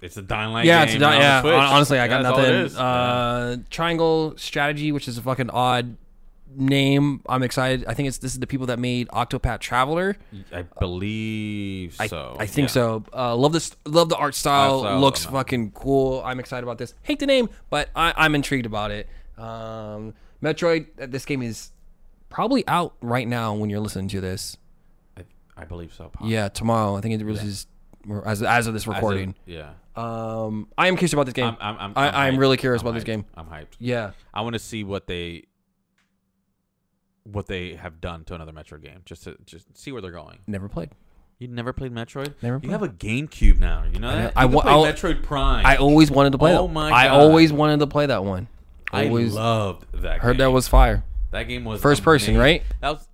Speaker 2: It's a Dying Light
Speaker 1: Yeah,
Speaker 2: game.
Speaker 1: it's a, di-
Speaker 2: on
Speaker 1: yeah.
Speaker 2: Switch.
Speaker 1: hon- Honestly, I got
Speaker 2: Yeah, that's all it is.
Speaker 1: nothing. Uh, Triangle Strategy, which is a fucking odd name. I'm excited. I think it's this is the people that made Octopath Traveler.
Speaker 2: I believe
Speaker 1: I,
Speaker 2: so.
Speaker 1: I think
Speaker 2: yeah.
Speaker 1: so. Uh, love this. Love the art style.
Speaker 2: Art style,
Speaker 1: Looks
Speaker 2: I'm-
Speaker 1: fucking cool. I'm excited about this. Hate the name, but I, I'm intrigued about it. Um, Metroid. uh, This game is probably out right now when you're listening to this.
Speaker 2: I, I believe so. Pop.
Speaker 1: Yeah, tomorrow. I think it releases or as as of this
Speaker 2: As of-
Speaker 1: recording.
Speaker 2: yeah.
Speaker 1: um, I am curious about this game.
Speaker 2: I'm, I'm, I'm,
Speaker 1: I- I'm
Speaker 2: hyped.
Speaker 1: really curious about this
Speaker 2: hyped.
Speaker 1: game.
Speaker 2: I'm hyped.
Speaker 1: yeah.
Speaker 2: I want to see what they what they have done to another Metroid game, just to just see where they're going.
Speaker 1: Never played.
Speaker 2: You never played Metroid?
Speaker 1: Never
Speaker 2: You
Speaker 1: played.
Speaker 2: have a GameCube now. You know that?
Speaker 1: I
Speaker 2: You can
Speaker 1: wa-
Speaker 2: play
Speaker 1: I'll-
Speaker 2: Metroid Prime.
Speaker 1: I always wanted to play
Speaker 2: Oh
Speaker 1: that.
Speaker 2: my
Speaker 1: I
Speaker 2: God.
Speaker 1: always wanted to play that one.
Speaker 2: I
Speaker 1: Always
Speaker 2: loved that.
Speaker 1: heard
Speaker 2: game.
Speaker 1: that was fire.
Speaker 2: That game was
Speaker 1: First person,
Speaker 2: amazing.
Speaker 1: right?
Speaker 2: That was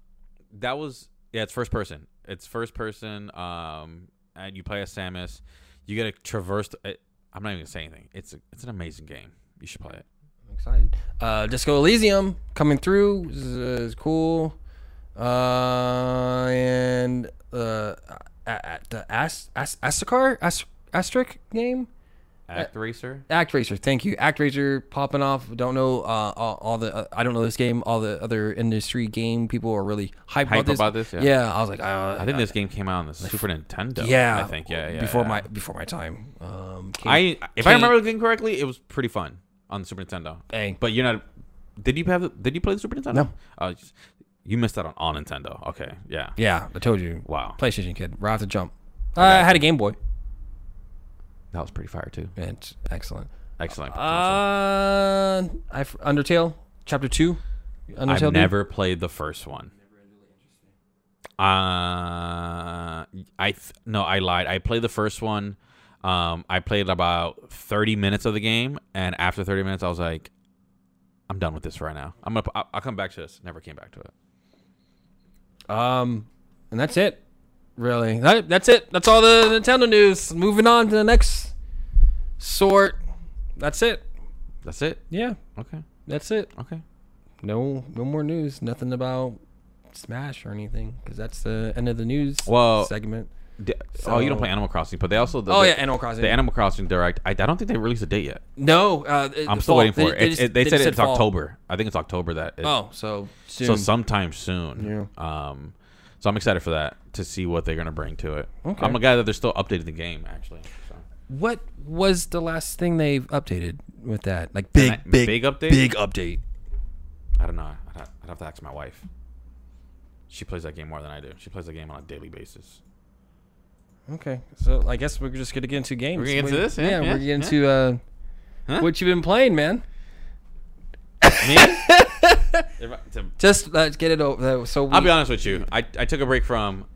Speaker 2: that was yeah. It's first person. It's first person. Um, and you play as Samus. You gotta traverse. The, it, I'm not even gonna say anything. It's a, it's an amazing game. You should play it.
Speaker 1: I'm excited. Uh, Disco Elysium coming through is, is cool. Uh, and uh, a- a- the As- As- Astacar As- Asterisk game.
Speaker 2: Act Racer.
Speaker 1: ActRacer, thank you. ActRacer popping off. Don't know uh, all, all the. Uh, I don't know this game. All the other industry game people are really hyped
Speaker 2: Hype
Speaker 1: about this.
Speaker 2: about this, yeah.
Speaker 1: I was like, uh,
Speaker 2: I think this game came out on the Super Nintendo.
Speaker 1: yeah,
Speaker 2: I think yeah. yeah
Speaker 1: before
Speaker 2: yeah.
Speaker 1: my before my time. Um, came-
Speaker 2: I if I
Speaker 1: Kate-
Speaker 2: remember the game correctly, it was pretty fun on the Super Nintendo.
Speaker 1: Dang.
Speaker 2: But you're not. Did you have? the- Did you play the Super Nintendo?
Speaker 1: No.
Speaker 2: Uh, you missed out on, on Nintendo. Okay. Yeah.
Speaker 1: yeah, I told you.
Speaker 2: Wow.
Speaker 1: PlayStation kid, right off the jump. I had a Game Boy.
Speaker 2: That was pretty fire too.
Speaker 1: It's excellent.
Speaker 2: Excellent.
Speaker 1: Uh, I f- Undertale chapter two. Undertale.
Speaker 2: I've
Speaker 1: dude?
Speaker 2: never played the first one. Uh, I th- no, I lied. I played the first one. Um, I played about thirty minutes of the game, and after thirty minutes, I was like, "I'm done with this right now. I'm gonna. I'll, I'll come back to this." Never came back to it.
Speaker 1: Um, and that's it. Really, that, that's it. That's all the Nintendo news. Moving on to the next sort. That's it.
Speaker 2: That's it.
Speaker 1: Yeah,
Speaker 2: Okay.
Speaker 1: that's it.
Speaker 2: Okay.
Speaker 1: No, no more news. Nothing about Smash or anything, because that's the end of the news
Speaker 2: Well,
Speaker 1: segment.
Speaker 2: D- oh, you don't play Animal Crossing, but they also the,
Speaker 1: Oh
Speaker 2: the-
Speaker 1: yeah, Animal Crossing.
Speaker 2: the Animal Crossing Direct. I, I don't think they released a date yet.
Speaker 1: no, uh,
Speaker 2: I'm still waiting for it. It- it- They, said, it's October. I think it's October that. It,
Speaker 1: Oh, so soon.
Speaker 2: So sometime soon. Yeah. Um, so I'm excited for that to see what they're gonna bring to it.
Speaker 1: Okay.
Speaker 2: I'm a guy that they're still updating the game actually. So.
Speaker 1: what was the last thing they've updated with that? Like big,
Speaker 2: that-
Speaker 1: big,
Speaker 2: big update?
Speaker 1: big update.
Speaker 2: I don't know. I'd, ha- I'd have to ask my wife. She plays that game more than I do. She plays the game on a daily basis.
Speaker 1: Okay, so I guess we're just gonna get into games.
Speaker 2: We're gonna get into
Speaker 1: We-
Speaker 2: this, yeah,
Speaker 1: yeah,
Speaker 2: yeah,
Speaker 1: we're getting
Speaker 2: yeah.
Speaker 1: into uh,
Speaker 2: Huh?
Speaker 1: what you've been playing, man.
Speaker 2: Me? If I- to-
Speaker 1: Just let's get it over. So we,
Speaker 2: I'll be honest with you. I, I took a break from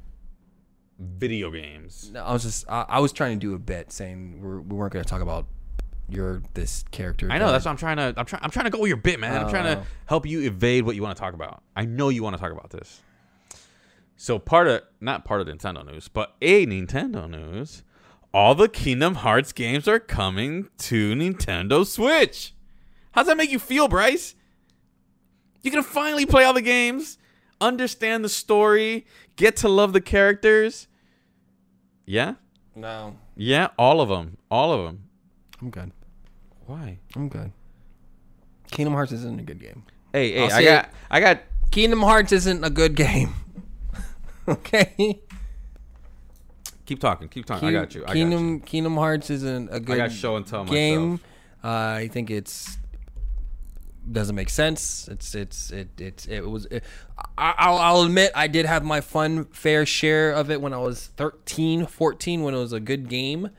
Speaker 2: video games.
Speaker 1: No, I was just I, I was trying to do a bit saying we're, we weren't going to talk about your this character.
Speaker 2: I know
Speaker 1: that-
Speaker 2: that's what I'm trying to. I'm trying. I'm trying to go with your bit, man. I'm
Speaker 1: Oh.
Speaker 2: trying to help you evade what you want to talk about. I know you want to talk about this. So part of not part of Nintendo news, but a Nintendo news. All the Kingdom Hearts games are coming to Nintendo Switch. How's that make you feel, Bryce? You can finally play all the games, understand the story, get to love the characters. Yeah,
Speaker 1: no.
Speaker 2: yeah, all of them, all of them.
Speaker 1: I'm good.
Speaker 2: Why?
Speaker 1: I'm good. Kingdom Hearts isn't a good game.
Speaker 2: Hey, hey,
Speaker 1: I'll
Speaker 2: I
Speaker 1: say
Speaker 2: got, I got
Speaker 1: Kingdom Hearts isn't a good game. okay.
Speaker 2: Keep talking. Keep talking. I got you. I got you.
Speaker 1: Kingdom Kingdom Hearts isn't a good
Speaker 2: I got show and tell
Speaker 1: game.
Speaker 2: myself.
Speaker 1: Uh, I think it's doesn't make sense. It's it's it it's it was. It, I, I'll, I'll admit I did have my fun fair share of it when I was 13, 14, when it was a good game.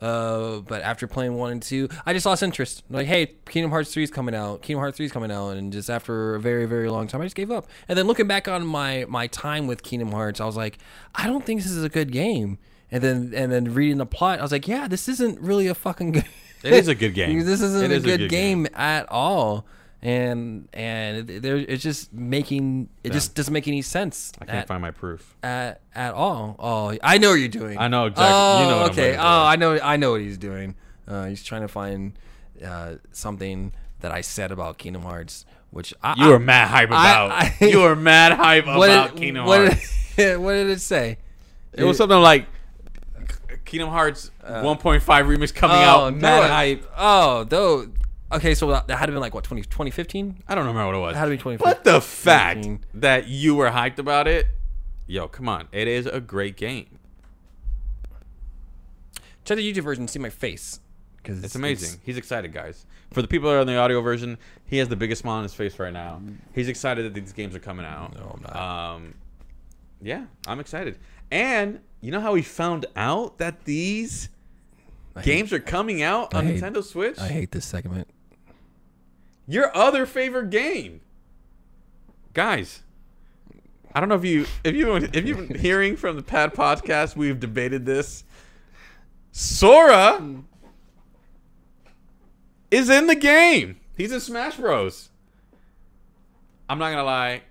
Speaker 1: Uh, but after playing one and two, I just lost interest. Like, hey, Kingdom Hearts three is coming out. Kingdom Hearts three is coming out, and just after a very very long time, I just gave up. And then looking back on my my time with Kingdom Hearts, I was like, I don't think this is a good game. And then and then reading the plot, I was like, yeah, this isn't really a fucking good.
Speaker 2: It is a good game.
Speaker 1: This isn't
Speaker 2: It
Speaker 1: a
Speaker 2: is
Speaker 1: good, game, at all. And and there it's just making it just doesn't make any sense
Speaker 2: I can't
Speaker 1: at,
Speaker 2: find my proof.
Speaker 1: at at all. Oh, I know what you're doing.
Speaker 2: I know exactly- you
Speaker 1: Oh,
Speaker 2: know what I'm
Speaker 1: okay.
Speaker 2: looking
Speaker 1: oh,
Speaker 2: for.
Speaker 1: I know. I know what he's doing. Uh, he's trying to find uh, something that I said about Kingdom Hearts, which I
Speaker 2: You were mad hype about.
Speaker 1: I-
Speaker 2: you were mad hype about
Speaker 1: did-
Speaker 2: Kingdom
Speaker 1: what
Speaker 2: Hearts.
Speaker 1: Did, what did it say?
Speaker 2: It, was something like Kingdom Hearts uh, 1.5 remix coming
Speaker 1: Oh,
Speaker 2: out. Mad
Speaker 1: no.
Speaker 2: hype.
Speaker 1: Oh, though. Okay, so that, that had to been like what 20, 2015?
Speaker 2: I don't remember what it was.
Speaker 1: It had to be 2015.
Speaker 2: But the fact
Speaker 1: 15.
Speaker 2: that you were hyped about it, yo, come on. It is a great game.
Speaker 1: Check the YouTube version and see my face. Cause
Speaker 2: It's amazing. He's excited, guys. For the people that are on the audio version, he has the biggest smile on his face right now. He's excited that these games are coming out.
Speaker 1: No, I'm not.
Speaker 2: Um, yeah, I'm excited. And you know how we found out that these games are coming out on
Speaker 1: hate-
Speaker 2: Nintendo Switch?
Speaker 1: I hate this segment.
Speaker 2: Your other favorite game, guys. I don't know if you if you if you've been hearing from the Pad podcast, we've debated this. Sora is in the game. He's in Smash Bros. I'm not gonna lie.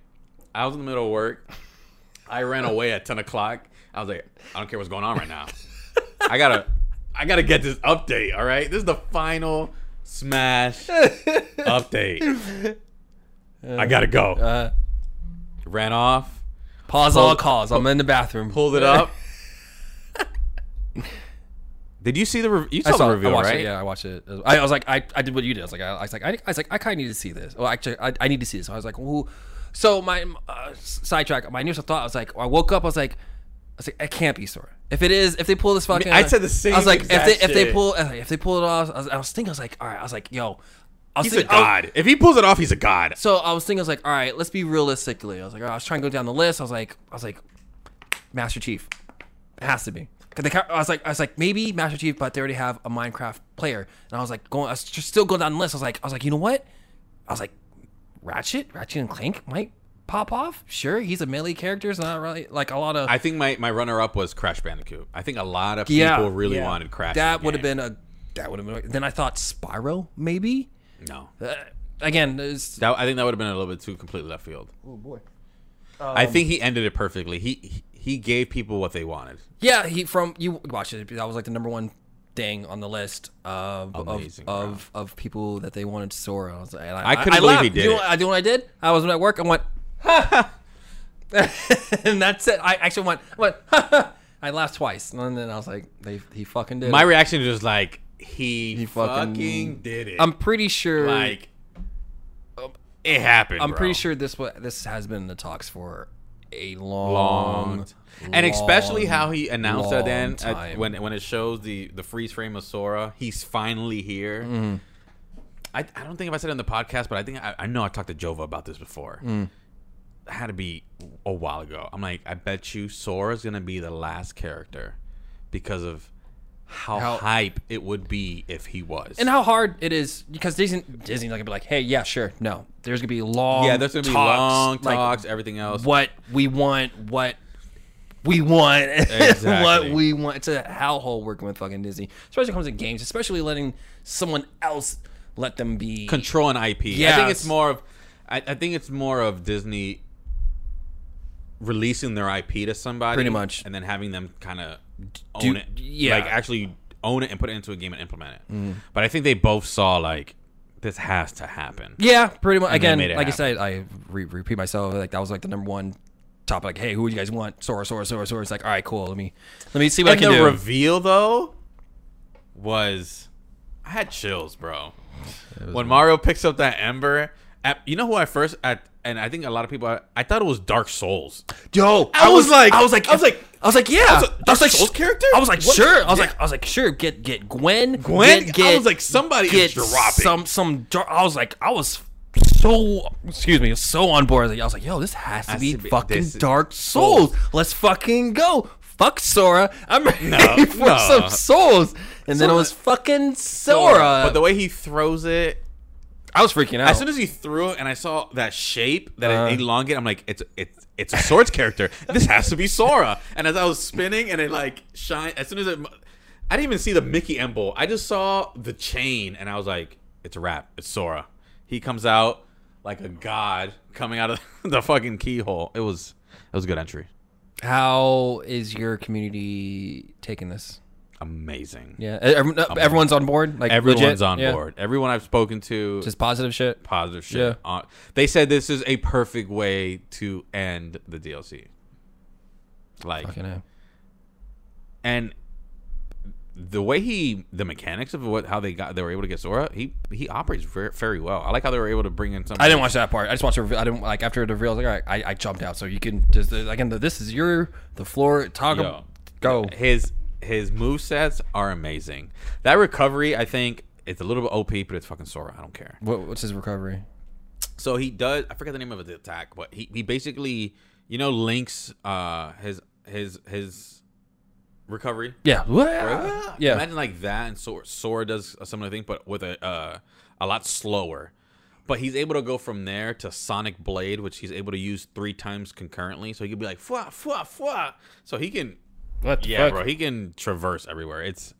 Speaker 2: I was in the middle of work. I ran away at 10 o'clock. I was like, I don't care what's going on right now. I gotta, I gotta get this update. All right, this is the final Smash update. I gotta go.
Speaker 1: Uh,
Speaker 2: Ran off,
Speaker 1: Pause all calls. I'm in the bathroom.
Speaker 2: pulled it up. Did you see the? Re- you saw,
Speaker 1: I saw
Speaker 2: the
Speaker 1: it.
Speaker 2: reveal,
Speaker 1: I watched
Speaker 2: right?
Speaker 1: It, yeah, I watched it. I, I was like, I, I did what you did. I was like, I, I was like, I, I was like, I kind of need to see this. Well, actually, I, I need to see this. I was like, who? So my uh, s- sidetrack. My initial thought I was like, I woke up. I was like, I was like, it can't be Sora. If it is, if they pull this fucking,
Speaker 2: I said the same
Speaker 1: I was like, if
Speaker 2: exact
Speaker 1: they, if they
Speaker 2: shit.
Speaker 1: pull, uh, if they pull it off, I was, I was thinking, I was like, all right, I was like, yo, I was
Speaker 2: He's a
Speaker 1: thinking, I was-
Speaker 2: god. if he pulls it off, he's a god.
Speaker 1: So I was thinking, I was like, all right, let's be realistically. I was like, I was trying to go down the list. I was like, I was like, Master Chief, it has to be. 'Cause they, ca- I was like, I was like, maybe Master Chief, but they already have a Minecraft player. And I was like, going, I was just still going down the list. I was like, I was like, you know what? I was like, Ratchet, Ratchet and Clank might pop off. Sure, he's a melee character. It's not really like a lot of.
Speaker 2: I think my, my runner up was Crash Bandicoot. I think a lot of people
Speaker 1: Yeah,
Speaker 2: really
Speaker 1: yeah.
Speaker 2: wanted Crash. in
Speaker 1: That
Speaker 2: the
Speaker 1: would have
Speaker 2: game.
Speaker 1: been a. That would have been. Then I thought Spyro, maybe.
Speaker 2: no.
Speaker 1: Uh, again, it's,
Speaker 2: That, I think that would have been a little bit too completely left field.
Speaker 1: oh boy. Um,
Speaker 2: I think he ended it perfectly. He he- he gave people what they wanted.
Speaker 1: Yeah, he from you watch it. That was like the number one thing on the list of
Speaker 2: Amazing,
Speaker 1: of, of of people that they wanted Sora. I, was, and
Speaker 2: I couldn't believe he
Speaker 1: laughed.
Speaker 2: did
Speaker 1: You know
Speaker 2: it.
Speaker 1: what I do what I did? I was at work. I went, and that's it. I actually went, I went. I laughed twice, and then I was like, "They he fucking did."
Speaker 2: My
Speaker 1: it.
Speaker 2: reaction was just like he,
Speaker 1: fucking-
Speaker 2: fucking, did it.
Speaker 1: I'm pretty sure.
Speaker 2: like it happened.
Speaker 1: I'm
Speaker 2: bro.
Speaker 1: pretty sure this wa- this has been in the talks for a long,
Speaker 2: long, and especially
Speaker 1: long-
Speaker 2: how he announced it at the
Speaker 1: long
Speaker 2: end at-
Speaker 1: time.
Speaker 2: when when it shows the the freeze frame of Sora. He's finally here.
Speaker 1: Mm-hmm.
Speaker 2: I, I don't think if I said it on the podcast, but I think I, I know I talked to Jova about this before.
Speaker 1: Mm.
Speaker 2: It had to be a while ago. I'm like, I bet you Sora's gonna be the last character because of how,
Speaker 1: How-
Speaker 2: hype it would be if he was.
Speaker 1: and how hard it is because Disney Disney's not gonna be like, hey, yeah, sure, no. There's gonna be long,
Speaker 2: yeah, there's gonna be
Speaker 1: talks,
Speaker 2: long
Speaker 1: like,
Speaker 2: talks, everything else.
Speaker 1: what we want, what we want what
Speaker 2: Exactly.
Speaker 1: we want. It's a hellhole working with fucking Disney, especially when it comes to games, especially letting someone else let them be.
Speaker 2: control an IP. I think
Speaker 1: Yes.
Speaker 2: it's more of, I, I think it's more of Disney releasing their IP to somebody,
Speaker 1: Pretty much.
Speaker 2: and then having them kind of own
Speaker 1: do-
Speaker 2: it,
Speaker 1: yeah. Mm.
Speaker 2: like actually own it and put it into a game and implement it. But I think they both saw like this has to happen.
Speaker 1: Yeah, pretty much.
Speaker 2: they
Speaker 1: Again,
Speaker 2: made it
Speaker 1: like I said, I re- repeat myself. Like that was like the number one topic. Like, hey, who do you guys want? Sora, Sora, Sora, Sora. It's like, all right, cool. Let me let me see what
Speaker 2: and
Speaker 1: I can
Speaker 2: the
Speaker 1: do.
Speaker 2: reveal though was, I had chills, bro. When Mario picks up that ember, at, you know who I first at. And I think a lot of people, I, I thought it was Dark Souls.
Speaker 1: Yo,
Speaker 2: I was like-
Speaker 1: I was like,
Speaker 2: I was like-
Speaker 1: I was like, yeah. I was,
Speaker 2: Dark
Speaker 1: like,
Speaker 2: Souls character?
Speaker 1: I was like,
Speaker 2: What?
Speaker 1: sure. I was
Speaker 2: Yeah.
Speaker 1: like, I was like, sure. Get get Gwen.
Speaker 2: Gwen,
Speaker 1: Get,
Speaker 2: I
Speaker 1: get-
Speaker 2: was like, somebody
Speaker 1: get
Speaker 2: is dropping.
Speaker 1: some some. dar- I was like, I was so excuse me, so on board. I was like, yo, this has to
Speaker 2: Has
Speaker 1: be
Speaker 2: to be-
Speaker 1: fucking
Speaker 2: this-
Speaker 1: Dark Souls. Let's fucking go. Fuck Sora. I'm ready for
Speaker 2: no.
Speaker 1: some souls. And then it was fucking Sora.
Speaker 2: But the way he throws it,
Speaker 1: I was freaking out.
Speaker 2: as soon as he threw it, and I saw that shape that
Speaker 1: Uh-huh.
Speaker 2: it elongated, I'm like, it's it's it's a swords character. This has to be Sora. And as I was spinning, and it like shine. As soon as it, I didn't even see the Mickey emblem. I just saw the chain, and I was like, it's a wrap. It's Sora. He comes out like a god coming out of the fucking keyhole. It was it was a good entry.
Speaker 1: How is your community taking this?
Speaker 2: Amazing.
Speaker 1: Yeah, ev- everyone's on board. Like
Speaker 2: Everyone's
Speaker 1: legit?
Speaker 2: on
Speaker 1: Yeah.
Speaker 2: board. Everyone I've spoken to,
Speaker 1: Just positive shit.
Speaker 2: positive shit.
Speaker 1: Yeah.
Speaker 2: on- they said this is a perfect way to end the DLC. Like,
Speaker 1: Fucking hell.
Speaker 2: and the way he, the mechanics of what how they got, they were able to get Sora. He he operates ver- very well. I like how they were able to bring in some.
Speaker 1: I didn't watch that part. I just watched. The reveal. I didn't like after the reveal. I was like, all right, I, I jumped out. So you can just again. This is your the floor. Talk.
Speaker 2: Yo.
Speaker 1: Go.
Speaker 2: his his move sets are amazing. That recovery, I think, it's a little bit OP, but it's fucking Sora. I don't care.
Speaker 1: What, what's his recovery?
Speaker 2: So he does. I forget the name of the attack, but he, he basically, you know, links uh his his his recovery.
Speaker 1: Yeah. What? Yeah.
Speaker 2: Imagine like that, and Sora, Sora does a similar thing, but with a uh, a lot slower. But he's able to go from there to Sonic Blade, which he's able to use three times concurrently. So he could be like fwa fwa fwa. So he can,
Speaker 1: What the
Speaker 2: yeah,
Speaker 1: fuck?
Speaker 2: bro, he can traverse everywhere. It's,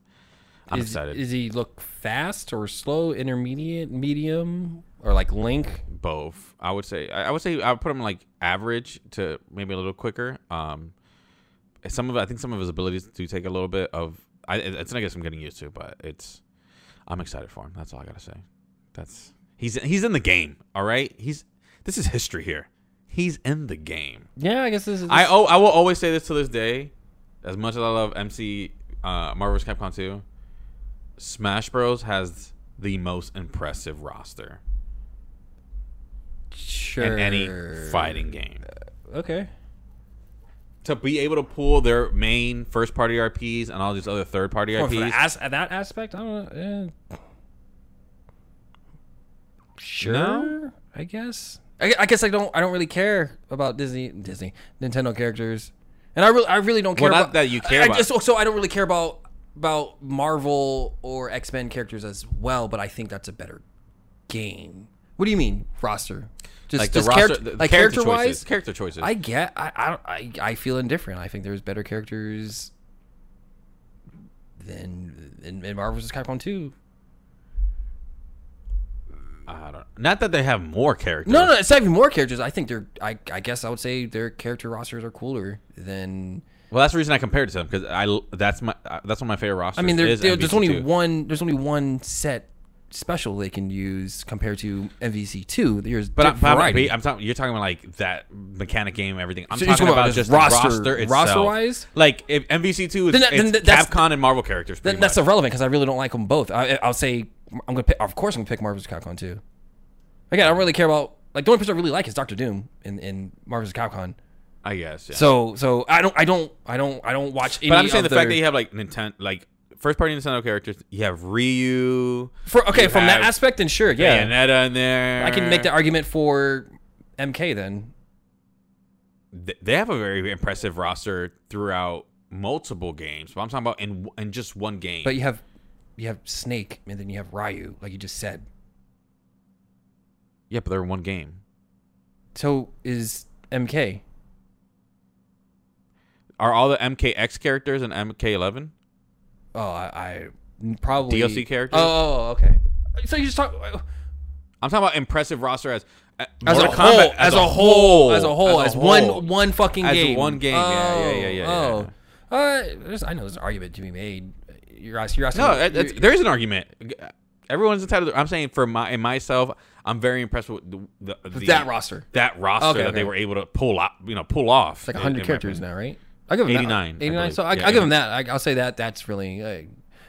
Speaker 2: I'm
Speaker 1: Is,
Speaker 2: excited.
Speaker 1: is he look fast or slow, intermediate, medium, or like Link?
Speaker 2: both. I would say I I would say I would put him like average to maybe a little quicker. Um, some of I think some of his abilities do take a little bit of. I it's I guess I'm getting used to, but it's I'm excited for him. That's all I gotta say. That's he's he's in the game. All right, he's this is history here. He's in the game.
Speaker 1: Yeah, I guess this is.
Speaker 2: I oh I will always say this to this day. As much as I love MC uh, Marvel's Capcom 2, Smash Bros has the most impressive roster
Speaker 1: sure.
Speaker 2: in any fighting game.
Speaker 1: Okay.
Speaker 2: To be able to pull their main first party RPs and all these other third party
Speaker 1: Well, Oh, for
Speaker 2: RPs.
Speaker 1: that, as- that aspect, I don't know. eh. Sure,
Speaker 2: No?
Speaker 1: I guess. I, I guess I don't. I don't really care about Disney, Disney, Nintendo characters, and I really, I really don't care.
Speaker 2: Well, not
Speaker 1: about,
Speaker 2: that you care
Speaker 1: I, I
Speaker 2: about.
Speaker 1: just, so I don't really care about about Marvel or X Men characters as well. But I think that's a better game. What do you mean roster? Just,
Speaker 2: like the
Speaker 1: just
Speaker 2: roster,
Speaker 1: character,
Speaker 2: the
Speaker 1: like
Speaker 2: character,
Speaker 1: character
Speaker 2: choices.
Speaker 1: wise.
Speaker 2: Character choices.
Speaker 1: I get. I, I don't- I I feel indifferent. I think there's better characters than in, in Marvel vs. Capcom 2.
Speaker 2: I don't. Not that they have more characters.
Speaker 1: No, no, it's not even more characters. I think they're. I I guess I would say their character rosters are cooler than.
Speaker 2: Well, that's the reason I compared it to them because I l- that's my uh, that's one of my favorite rosters.
Speaker 1: I mean, there,
Speaker 2: is
Speaker 1: there- there's only
Speaker 2: MVC2.
Speaker 1: one. There's only one set special they can use compared to MVC two. There's
Speaker 2: But I'm, but
Speaker 1: variety.
Speaker 2: I'm, I'm talking. You're talking about like that mechanic game, everything. I'm
Speaker 1: So you're
Speaker 2: talking
Speaker 1: talking
Speaker 2: about,
Speaker 1: about
Speaker 2: just
Speaker 1: just
Speaker 2: the
Speaker 1: roster-
Speaker 2: roster itself.
Speaker 1: roster-wise?
Speaker 2: like if MVC two is
Speaker 1: Then that- then
Speaker 2: it's
Speaker 1: that- that's-
Speaker 2: Capcom and Marvel characters.
Speaker 1: Then
Speaker 2: pretty
Speaker 1: that's
Speaker 2: much.
Speaker 1: irrelevant because I really don't like them both. I, I'll say I'm gonna. Pick, of course, I'm gonna pick Marvel's Capcom two. Again, I don't really care about. Like the only person I really like is Doctor Doom in in Marvel's Capcom.
Speaker 2: I guess. Yeah.
Speaker 1: So so I don't I don't I don't I don't watch any.
Speaker 2: But I'm saying the
Speaker 1: of
Speaker 2: fact
Speaker 1: their-
Speaker 2: that you have like Nintendo, like first party Nintendo characters, you have Ryu,
Speaker 1: For, okay,
Speaker 2: you
Speaker 1: from that
Speaker 2: have
Speaker 1: aspect, then sure, yeah,
Speaker 2: Bayonetta in there.
Speaker 1: I can make the argument for MK then.
Speaker 2: Th- They have a very impressive roster throughout multiple games. But I'm talking about in in just one game.
Speaker 1: But you have you have Snake and then you have Ryu, like you just said.
Speaker 2: yeah, but they're in one game.
Speaker 1: So is MK.
Speaker 2: Are all the MKX characters in MK11?
Speaker 1: Oh, I, I probably
Speaker 2: DLC characters?
Speaker 1: Oh, okay. So you just talk
Speaker 2: I'm talking about impressive roster as as,
Speaker 1: as a,
Speaker 2: Mortal
Speaker 1: whole,
Speaker 2: Kombat,
Speaker 1: as, a whole, as a whole,
Speaker 2: as
Speaker 1: as
Speaker 2: a whole.
Speaker 1: one one fucking
Speaker 2: As
Speaker 1: game,
Speaker 2: one game, yeah, yeah, yeah, yeah,
Speaker 1: Oh,
Speaker 2: yeah.
Speaker 1: oh. Uh, there's, I know there's an argument to be made. You're asking, you're asking.
Speaker 2: No,
Speaker 1: me-
Speaker 2: it- it's,
Speaker 1: you're-
Speaker 2: there is an argument. Everyone's entitled. To, I'm saying for my and myself, I'm very impressed with the, the, the
Speaker 1: that roster.
Speaker 2: That roster
Speaker 1: Okay,
Speaker 2: that
Speaker 1: okay.
Speaker 2: they were able to pull up, you know, pull off.
Speaker 1: It's like 100 characters now, right? I give
Speaker 2: 89, I
Speaker 1: that. 89. So I,
Speaker 2: believe. Yeah,
Speaker 1: I give him that. I, I'll say that. That's really uh,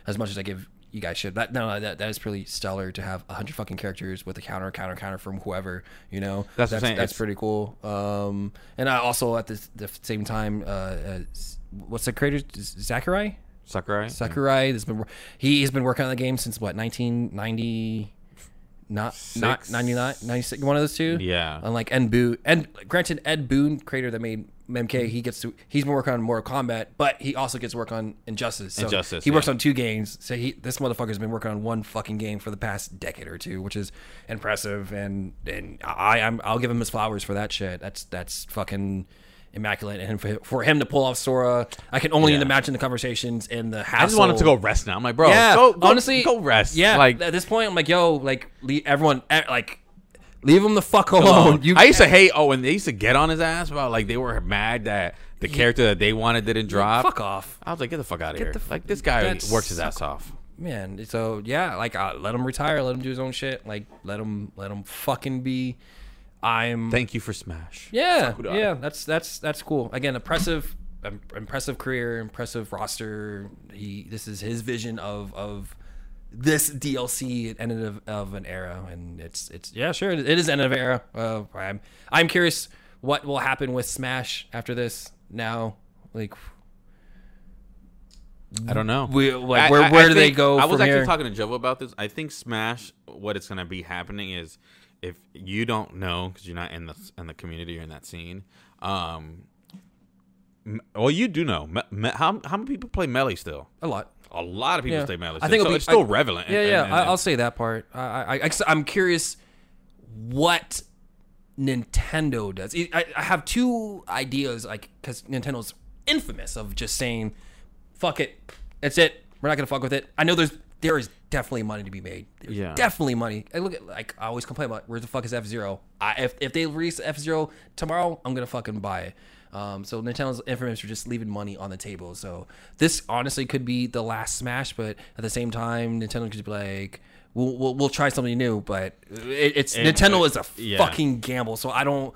Speaker 1: as much as I give you guys should. That no, that, that is pretty stellar to have 100 fucking characters with a counter, counter, counter from whoever. You know,
Speaker 2: That's what I'm
Speaker 1: that's,
Speaker 2: saying,
Speaker 1: that's
Speaker 2: it's-
Speaker 1: pretty cool. Um, and I also at this, the same time, uh, uh, s- what's the creator? Z- Zachary.
Speaker 2: Sakurai.
Speaker 1: Sakurai has been wor- he has been working on the game since what 1990 not not
Speaker 2: Six.
Speaker 1: 99 96 one of those two
Speaker 2: Yeah.
Speaker 1: and like Ed Boon and granted Ed Boon creator that made MK he gets to he's been working on Mortal Kombat but he also gets to work on Injustice so
Speaker 2: Injustice,
Speaker 1: he works
Speaker 2: yeah.
Speaker 1: on two games so he this motherfucker's been working on one fucking game for the past decade or two which is impressive and and I I'm, I'll give him his flowers for that shit that's that's fucking immaculate and for, for him to pull off Sora I can only
Speaker 2: Yeah.
Speaker 1: imagine the conversations and the
Speaker 2: I just want him to go rest now. I'm like, bro,
Speaker 1: yeah,
Speaker 2: go, go-
Speaker 1: honestly,
Speaker 2: go rest.
Speaker 1: Yeah,
Speaker 2: like
Speaker 1: like at this point, I'm like, yo, like leave everyone, eh, like leave him the fuck alone.
Speaker 2: alone.
Speaker 1: You,
Speaker 2: I used to hate. Oh, and they used to get on his ass about like they were mad that the character that they wanted didn't drop.
Speaker 1: fuck off,
Speaker 2: I was like, get the fuck out of here.
Speaker 1: the f-
Speaker 2: like this guy
Speaker 1: that's-
Speaker 2: works his ass off.
Speaker 1: man. So yeah, like uh, let him retire, let him do his own shit, like let him let him fucking be. I'm
Speaker 2: Thank you for Smash.
Speaker 1: yeah,
Speaker 2: Sakurai.
Speaker 1: yeah. That's that's that's cool. Again, impressive, im- impressive career, impressive roster. He this is his vision of of this DLC it ended of, of an era, and it's it's yeah, sure, it is end of an era. Uh, I'm I'm curious what will happen with Smash after this now, like.
Speaker 2: I don't know.
Speaker 1: We- like,
Speaker 2: I-
Speaker 1: where-
Speaker 2: I-
Speaker 1: where
Speaker 2: I
Speaker 1: do they
Speaker 2: think-
Speaker 1: go
Speaker 2: I was
Speaker 1: from
Speaker 2: actually
Speaker 1: here?
Speaker 2: talking to Jovo about this. I think Smash, what it's going to be happening is if you don't know because you're not in the in the community or in that scene. Um, m- well, you do know. Me- me- how how many people play Melee still?
Speaker 1: A lot.
Speaker 2: A lot of people
Speaker 1: Yeah.
Speaker 2: play Melee.
Speaker 1: I
Speaker 2: Still.
Speaker 1: think it'll
Speaker 2: so
Speaker 1: be-
Speaker 2: it's still
Speaker 1: I-
Speaker 2: relevant.
Speaker 1: Yeah,
Speaker 2: and-
Speaker 1: yeah.
Speaker 2: and-
Speaker 1: I,
Speaker 2: and-
Speaker 1: I'll say that part. I, I, I, I'm curious what Nintendo does. I, I- I have two ideas, like, because Nintendo's infamous of just saying, "Fuck it, that's it. We're not gonna fuck with it." I know there's there is definitely money to be made. There's
Speaker 2: Yeah.
Speaker 1: definitely money. I look at like I always complain about where the fuck is F Zero. I if if they release F Zero tomorrow, I'm gonna fucking buy it. Um, so Nintendo's infamous for just leaving money on the table. So this honestly could be the last Smash, but at the same time, Nintendo could just be like, "We'll we'll, we'll try something new," but it, it's Nintendo is a
Speaker 2: yeah.
Speaker 1: fucking gamble. So I don't.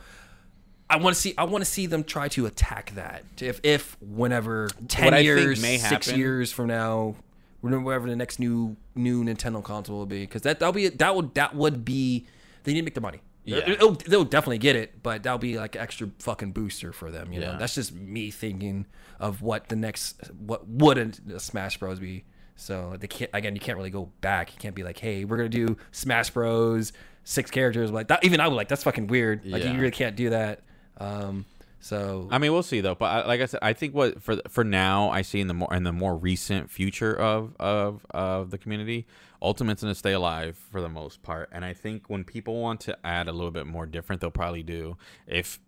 Speaker 1: I want to see. I want to see them try to attack that. If, if whenever ten
Speaker 2: I think
Speaker 1: years,
Speaker 2: may
Speaker 1: six
Speaker 2: happen-
Speaker 1: years from now, whenever the next new new Nintendo console will be, because that that'll be that would that would be they need to make the money.
Speaker 2: Yeah.
Speaker 1: It- it'll- they'll definitely get it, but that'll be like extra fucking booster for them. You know,
Speaker 2: Yeah.
Speaker 1: that's just me thinking of what the next what wouldn't Smash Bros be. So they can't again. You can't really go back. You can't be like, hey, we're gonna do Smash Bros. Six characters like that. Even I would like that's fucking weird. Like
Speaker 2: Yeah.
Speaker 1: you really can't do that. Um, so
Speaker 2: I mean, we'll see though. But I, like I said, I think what for for now, I see in the more in the more recent future of of of the community, Ultimate's gonna stay alive for the most part. And I think when people want to add a little bit more different, they'll probably do. If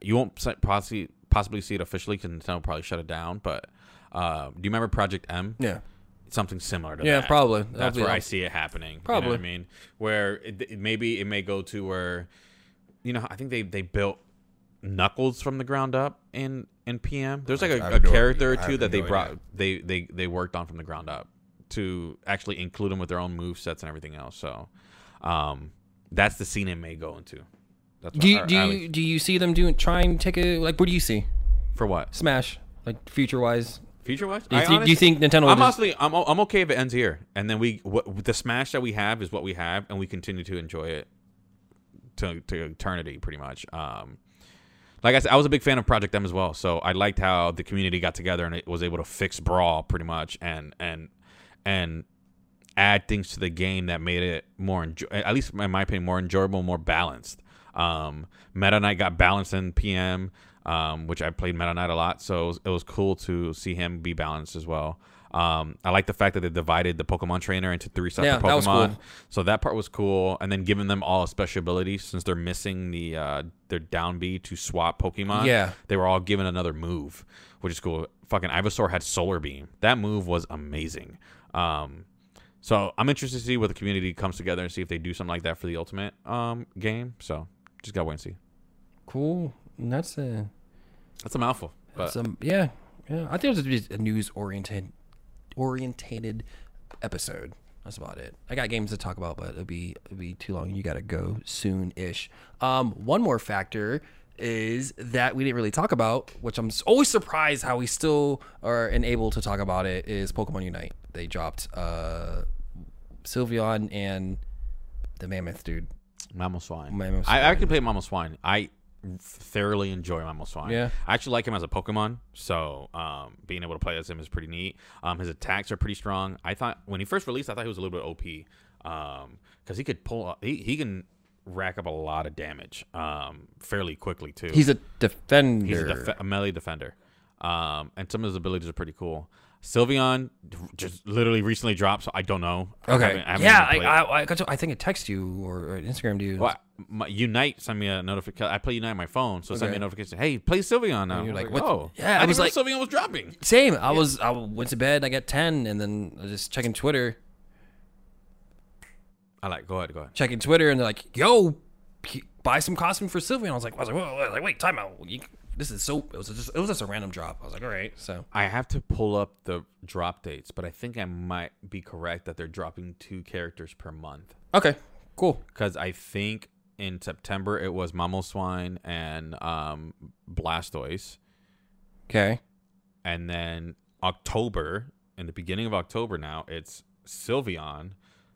Speaker 2: you won't s- possibly possibly see it officially, because Nintendo will probably shut it down. But uh, do you remember Project M?
Speaker 1: yeah,
Speaker 2: something similar to
Speaker 1: Yeah,
Speaker 2: that.
Speaker 1: probably. That'll
Speaker 2: That's
Speaker 1: be
Speaker 2: where I
Speaker 1: helpful.
Speaker 2: see it happening. you know
Speaker 1: Probably.
Speaker 2: what I mean, where it, it- maybe it may go to where, you know, I think they they built Knuckles from the ground up in in PM. There's like a,
Speaker 3: I have
Speaker 2: a
Speaker 3: no
Speaker 2: character
Speaker 3: idea. I
Speaker 2: or two
Speaker 3: have
Speaker 2: that they
Speaker 3: no
Speaker 2: brought
Speaker 3: idea.
Speaker 2: they they they worked on from the ground up to actually include them with their own move sets and everything else. So, um, that's the scene it may go into. That's
Speaker 1: do you,
Speaker 2: or
Speaker 1: do
Speaker 2: at
Speaker 1: you,
Speaker 2: least-
Speaker 1: do you see them doing trying to take a like? What do you see?
Speaker 2: for what
Speaker 1: Smash like future wise?
Speaker 2: future wise?
Speaker 1: Do you, think, do you think Nintendo? Will
Speaker 2: I'm
Speaker 1: just,
Speaker 2: honestly, I'm, I'm okay if it ends here, and then we what, the smash that we have is what we have, and we continue to enjoy it to, to eternity, pretty much. Um, like I said, I was a big fan of Project M as well, so I liked how the community got together and it was able to fix Brawl pretty much, and and and add things to the game that made it more enjoy- at least in my opinion more enjoyable more balanced um meta knight got balanced in pm um, which I played Meta Knight a lot, so it was, it was cool to see him be balanced as well. Um, I like the fact that they divided the Pokemon trainer into three separate
Speaker 1: Yeah,
Speaker 2: Pokemon,
Speaker 1: that was cool.
Speaker 2: so that part was cool. And then giving them all a special ability since they're missing the uh, their down B to swap Pokemon.
Speaker 1: Yeah.
Speaker 2: they were all given another move, which is cool. Fucking Ivysaur had Solar Beam. That move was amazing. Um, so I'm interested to see what the community comes together and see if they do something like that for the Ultimate um, game. So just gotta wait and see.
Speaker 1: Cool. And that's a
Speaker 2: That's a mouthful. But
Speaker 1: some yeah yeah. I think it was just a news oriented orientated episode. That's about it. I got games to talk about, but it'll be it'll be too long. You gotta go soon ish. Um, one more factor is that we didn't really talk about, which I'm s- always surprised how we still are unable to talk about it. Is Pokemon Unite? They dropped uh, Sylveon and the Mammoth dude.
Speaker 2: Mammal Swine.
Speaker 1: Mammal
Speaker 2: I actually played Mammal Swine. I thoroughly enjoy Mammal Swine.
Speaker 1: Yeah.
Speaker 2: I actually like him as a Pokemon. So um, being able to play as him is pretty neat. Um, his attacks are pretty strong. I thought when he first released, I thought he was a little bit OP because he could pull. He he can rack up a lot of damage um, fairly quickly too.
Speaker 1: He's a defender.
Speaker 2: He's a, def- a melee defender. Um, and some of his abilities are pretty cool. Sylveon just literally recently dropped, so I don't know. I
Speaker 1: Okay.
Speaker 2: haven't- I haven't
Speaker 1: yeah,
Speaker 2: even
Speaker 1: I,
Speaker 2: played.
Speaker 1: I, I, got to- I think I text you or, or Instagrammed you.
Speaker 2: Well, my, Unite sent me a notification. I play Unite on my phone, so it sent me a
Speaker 1: Okay.
Speaker 2: notification. Hey, play Sylveon now.
Speaker 1: you're
Speaker 2: I was
Speaker 1: like, what?
Speaker 2: Oh,
Speaker 1: Yeah,
Speaker 2: I,
Speaker 1: I was
Speaker 2: was like, Sylveon was dropping.
Speaker 1: Same. I was I went to bed. I got ten, and then I was just checking Twitter,
Speaker 2: I like. Go ahead, go ahead.
Speaker 1: checking Twitter, and they're like, "Yo, p- buy some costume for Sylvia." I was like, I was like, whoa, whoa, like wait, time out. You- this is so. It was just it was just a random drop. I was like, all right, so
Speaker 2: I have to pull up the drop dates, but I think I might be correct that they're dropping two characters per month.
Speaker 1: okay, cool.
Speaker 2: Because I think in September it was Mamoswine and um, Blastoise,
Speaker 1: Okay,
Speaker 2: and then October, in the beginning of October now, it's Sylveon.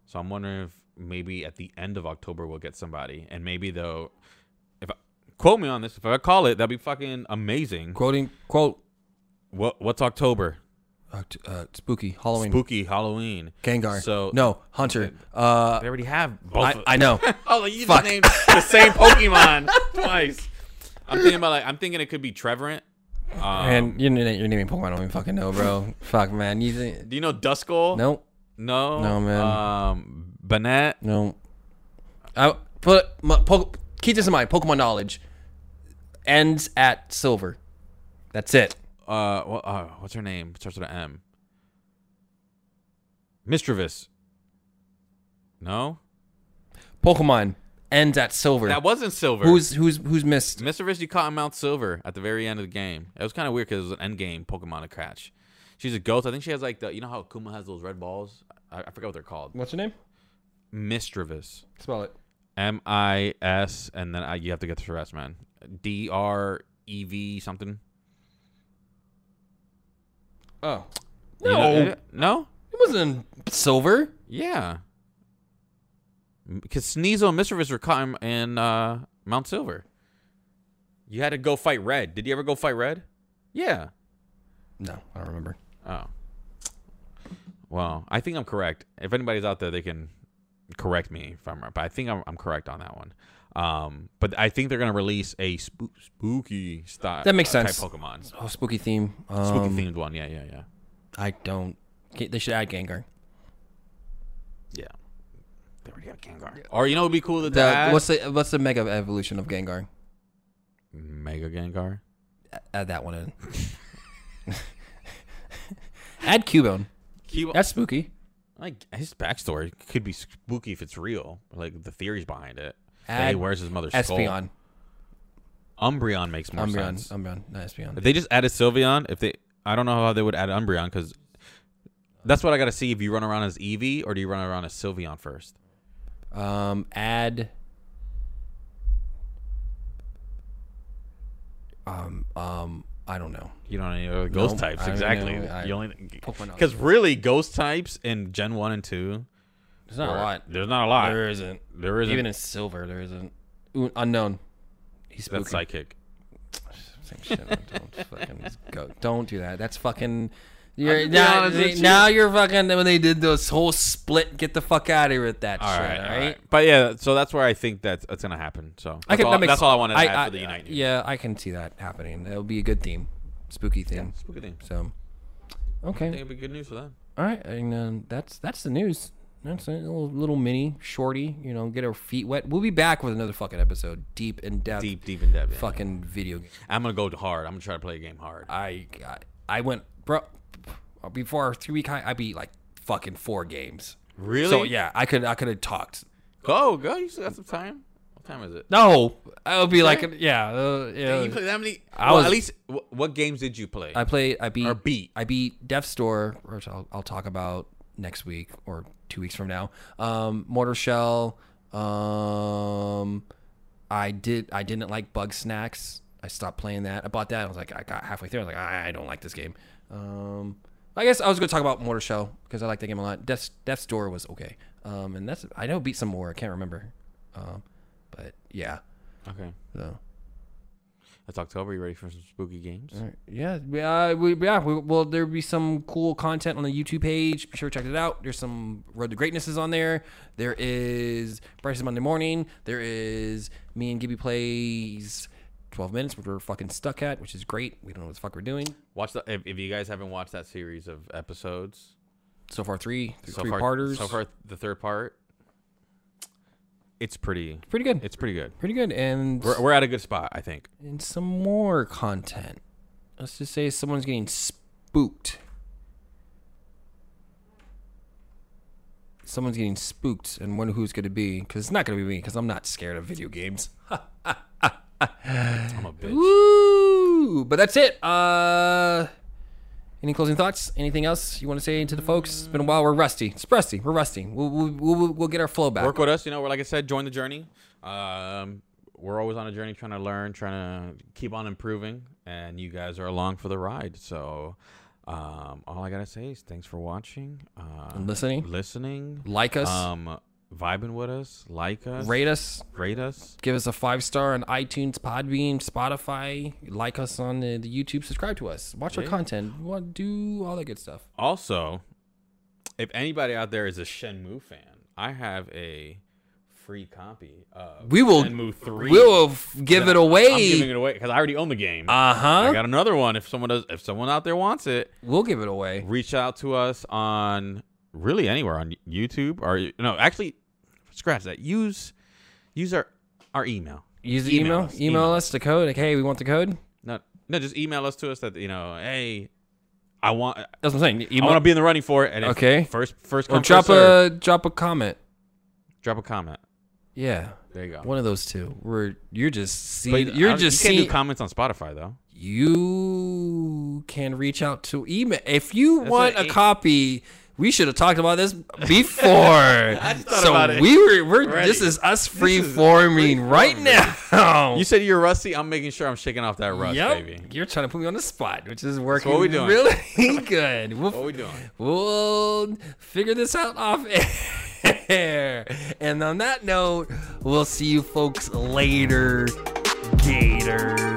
Speaker 2: So I'm wondering if maybe at the end of October we'll get somebody, and maybe though, if I, quote me on this, if I call it, that'd be fucking amazing.
Speaker 1: quoting quote
Speaker 2: What what's October?
Speaker 1: Oct- uh, spooky Halloween
Speaker 2: Spooky Halloween.
Speaker 1: Gengar.
Speaker 2: So
Speaker 1: no Hunter. Uh,
Speaker 2: they already have both.
Speaker 1: I,
Speaker 2: of-
Speaker 1: I know.
Speaker 2: oh, you just
Speaker 1: Fuck.
Speaker 2: named the same Pokemon twice. I'm thinking about like I'm thinking it could be Trevorant. Um,
Speaker 1: and you're, you're naming Pokemon. I don't even fucking know, bro. Fuck, man. You think?
Speaker 2: do you know Duskull?
Speaker 1: No,
Speaker 2: no,
Speaker 1: No, man.
Speaker 2: Um, Banette.
Speaker 1: No. I put my, po- keep this in mind. Pokemon knowledge ends at silver. That's it.
Speaker 2: uh, wha- uh what's her name? Starts with an M. Mischievous. No,
Speaker 1: Pokemon ends at silver.
Speaker 2: that wasn't Silver.
Speaker 1: who's who's who's missed?
Speaker 2: Mischievous? You caught Mount Silver at the very end of the game. It was kind of weird because it was an end game Pokemon to catch. She's a ghost. I think she has like the you know how Kuma has those red balls. I, I forgot what they're called.
Speaker 1: What's your name?
Speaker 2: Mischievous.
Speaker 1: Spell it.
Speaker 2: M I S, and then I, you have to get the rest, man. D R E V something.
Speaker 1: Oh.
Speaker 2: You
Speaker 1: No.
Speaker 2: know- eh,
Speaker 1: it
Speaker 2: no.
Speaker 1: wasn't silver.
Speaker 2: Yeah. Because Sneasel and Mischievous were caught in- in uh, Mount Silver. You had to go fight Red. Did you ever go fight Red? Yeah.
Speaker 1: No, I don't remember.
Speaker 2: Oh. Well, I think I'm correct. If anybody's out there, they can correct me if I'm right. But I think I'm, I'm correct on that one. Um, but I think they're gonna release a spook, spooky style.
Speaker 1: That makes
Speaker 2: type
Speaker 1: sense.
Speaker 2: Pokemon,
Speaker 1: Oh, spooky theme. Um,
Speaker 2: spooky themed one. Yeah, yeah, yeah,
Speaker 1: I don't. Okay, They should add Gengar.
Speaker 2: yeah. They already got Gengar. Or you know, it'd be cool that
Speaker 1: The-
Speaker 2: that
Speaker 1: what's the what's the mega evolution of Gengar?
Speaker 2: Mega Gengar.
Speaker 1: Add that one in. add Cubone.
Speaker 2: Keep-
Speaker 1: That's spooky.
Speaker 2: like his backstory could be spooky if it's real, like the theories behind it. Hey,
Speaker 1: Add
Speaker 2: where's his mother's skull?
Speaker 1: Espeon.
Speaker 2: Umbreon makes more
Speaker 1: Umbreon,
Speaker 2: sense.
Speaker 1: Umbreon, not Espeon.
Speaker 2: If they just added Sylveon, if they, I don't know how they would add Umbreon because that's what I got to see. If you run around as Eevee or do you run around as Sylveon first?
Speaker 1: Um, add. Um, um, I don't know.
Speaker 2: You don't know any other ghost
Speaker 1: No,
Speaker 2: types
Speaker 1: I don't
Speaker 2: exactly.
Speaker 1: know. I-
Speaker 2: you only
Speaker 1: Pokemon-
Speaker 2: because really ghost types in Gen one and two.
Speaker 1: There's not
Speaker 2: are-
Speaker 1: a lot.
Speaker 2: There's not a lot.
Speaker 1: There isn't.
Speaker 2: there isn't.
Speaker 1: Even in silver, there isn't. Ooh, unknown. He's spooky.
Speaker 2: that's psychic.
Speaker 1: Same shit. don't fucking go. Don't do that. That's fucking You're,
Speaker 2: I'm gonna be
Speaker 1: now,
Speaker 2: honest with you.
Speaker 1: now you're fucking when they did this whole split. Get the fuck out of here with that
Speaker 2: All
Speaker 1: shit.
Speaker 2: right,
Speaker 1: all
Speaker 2: all
Speaker 1: right.
Speaker 2: right. But yeah, so that's where I think that's, that's gonna happen. So that's,
Speaker 1: I can,
Speaker 2: all,
Speaker 1: that makes,
Speaker 2: that's all I wanted to
Speaker 1: I-
Speaker 2: add
Speaker 1: I-
Speaker 2: for the Unite. News.
Speaker 1: Yeah, I can see that happening. It'll be a good theme, spooky theme.
Speaker 2: Spooky thing.
Speaker 1: So,
Speaker 2: I think
Speaker 1: okay,
Speaker 2: it'd be good news for them.
Speaker 1: all right, and um, that's that's the news. That's a little, little mini shorty. You know, get our feet wet. We'll be back with another fucking episode, deep in depth,
Speaker 2: Deep, deep in depth. yeah.
Speaker 1: fucking video game.
Speaker 2: I'm gonna go hard. I'm gonna try to play a game hard.
Speaker 1: I got, I went bro before our three week high. I beat like fucking four games.
Speaker 2: Really?
Speaker 1: So yeah, I could I could have talked.
Speaker 2: Go, go. You still got some time. What time is it?
Speaker 1: No, I would be like yeah, uh, yeah.
Speaker 2: You played that many?
Speaker 1: I
Speaker 2: well,
Speaker 1: was-
Speaker 2: at least wh- what games did you play?
Speaker 1: I played. I beat.
Speaker 2: Or beat.
Speaker 1: I beat Death Store, which I'll, I'll talk about next week or two weeks from now. Um, Mortar Shell. Um, I did. I didn't like Bug Snacks. I stopped playing that. I bought that. I was like, I got halfway through. I was like, I, I don't like this game. Um, I guess I was going to talk about Mortar Shell because I like that game a lot. Death Death Store was okay. Um, and that's I know beat some more. I can't remember. Um, but yeah.
Speaker 2: okay.
Speaker 1: So.
Speaker 2: It's October. You ready for some spooky games?
Speaker 1: Alright, Yeah, we, uh, we, yeah. We, well, there'll be some cool content on the YouTube page. Be sure to check it out. There's some Road to Greatness is on there. There is Bryce's Monday Morning. There is me and Gibby plays 12 minutes, which we're fucking stuck at, which is great. We don't know what the fuck we're doing.
Speaker 2: Watch the. If, if you guys haven't watched that series of episodes,
Speaker 1: So far, three,
Speaker 2: so
Speaker 1: three
Speaker 2: far,
Speaker 1: parters.
Speaker 2: so far the third part, it's pretty.
Speaker 1: pretty good.
Speaker 2: It's pretty good.
Speaker 1: pretty good. And
Speaker 2: We're, we're at a good spot, I think.
Speaker 1: and some more content. Let's just say someone's getting spooked. Someone's getting spooked, and wonder who's going to be. Because it's not going to be me, because I'm not scared of video games.
Speaker 2: I'm a bitch.
Speaker 1: Woo! But that's it. Uh, any closing thoughts? Anything else you want to say to the folks? It's been a while. We're rusty. It's rusty. We're rusty. We'll, we'll, we'll, we'll get our flow back.
Speaker 2: Work with us. You know, we're like I said, join the journey. Um, we're always on a journey, trying to learn, trying to keep on improving, and you guys are along for the ride. So, um, all I gotta say is thanks for watching, uh,
Speaker 1: listening.
Speaker 2: listening,
Speaker 1: Like us.
Speaker 2: um, vibing with us, like us,
Speaker 1: rate us.
Speaker 2: rate us.
Speaker 1: give us a five star on iTunes, Podbean, Spotify. Like us on the, the YouTube. Subscribe to us. Watch our content. Wa- Do all that good stuff.
Speaker 2: Also, if anybody out there is a Shenmue fan, I have a free copy of
Speaker 1: We will-
Speaker 2: Shenmue Three.
Speaker 1: We will f- give it
Speaker 2: I'm giving
Speaker 1: away.
Speaker 2: it away because I already own the game.
Speaker 1: Uh
Speaker 2: I
Speaker 1: huh.
Speaker 2: got another one. If someone does, if someone out there wants it,
Speaker 1: We'll give it away.
Speaker 2: reach out to us on really anywhere on YouTube or no, actually, scratch that. Use use our our email.
Speaker 1: Use the email.
Speaker 2: Email us.
Speaker 1: Email, us the code. Like, hey, we want the code.
Speaker 2: No, no, just email us to us that you know. Hey, I want I
Speaker 1: That's what I'm saying.
Speaker 2: want to
Speaker 1: Email.
Speaker 2: be in the running for it. And if
Speaker 1: Oh, Okay.
Speaker 2: first first come,
Speaker 1: Or drop
Speaker 2: first serve,
Speaker 1: a drop a comment.
Speaker 2: drop a comment.
Speaker 1: Yeah,
Speaker 2: There you go.
Speaker 1: one of those two. Where you're just see,
Speaker 2: But I
Speaker 1: you're
Speaker 2: don't-
Speaker 1: just
Speaker 2: you can't
Speaker 1: seeing.
Speaker 2: do comments on Spotify though.
Speaker 1: you can reach out to email if you
Speaker 2: That's
Speaker 1: want
Speaker 2: an
Speaker 1: a
Speaker 2: e-
Speaker 1: copy. We should have talked about this before. I
Speaker 2: just thought
Speaker 1: so
Speaker 2: about it.
Speaker 1: we were. We're
Speaker 2: Ready.
Speaker 1: this is us free forming right now.
Speaker 2: You said you're rusty. I'm making sure I'm shaking off that rust,
Speaker 1: yep,
Speaker 2: baby.
Speaker 1: you're trying to put me on the spot, which is working
Speaker 2: what we doing.
Speaker 1: really good. We'll,
Speaker 2: What we doing?
Speaker 1: we'll figure this out off air. And on that note, we'll see you folks later. Gators.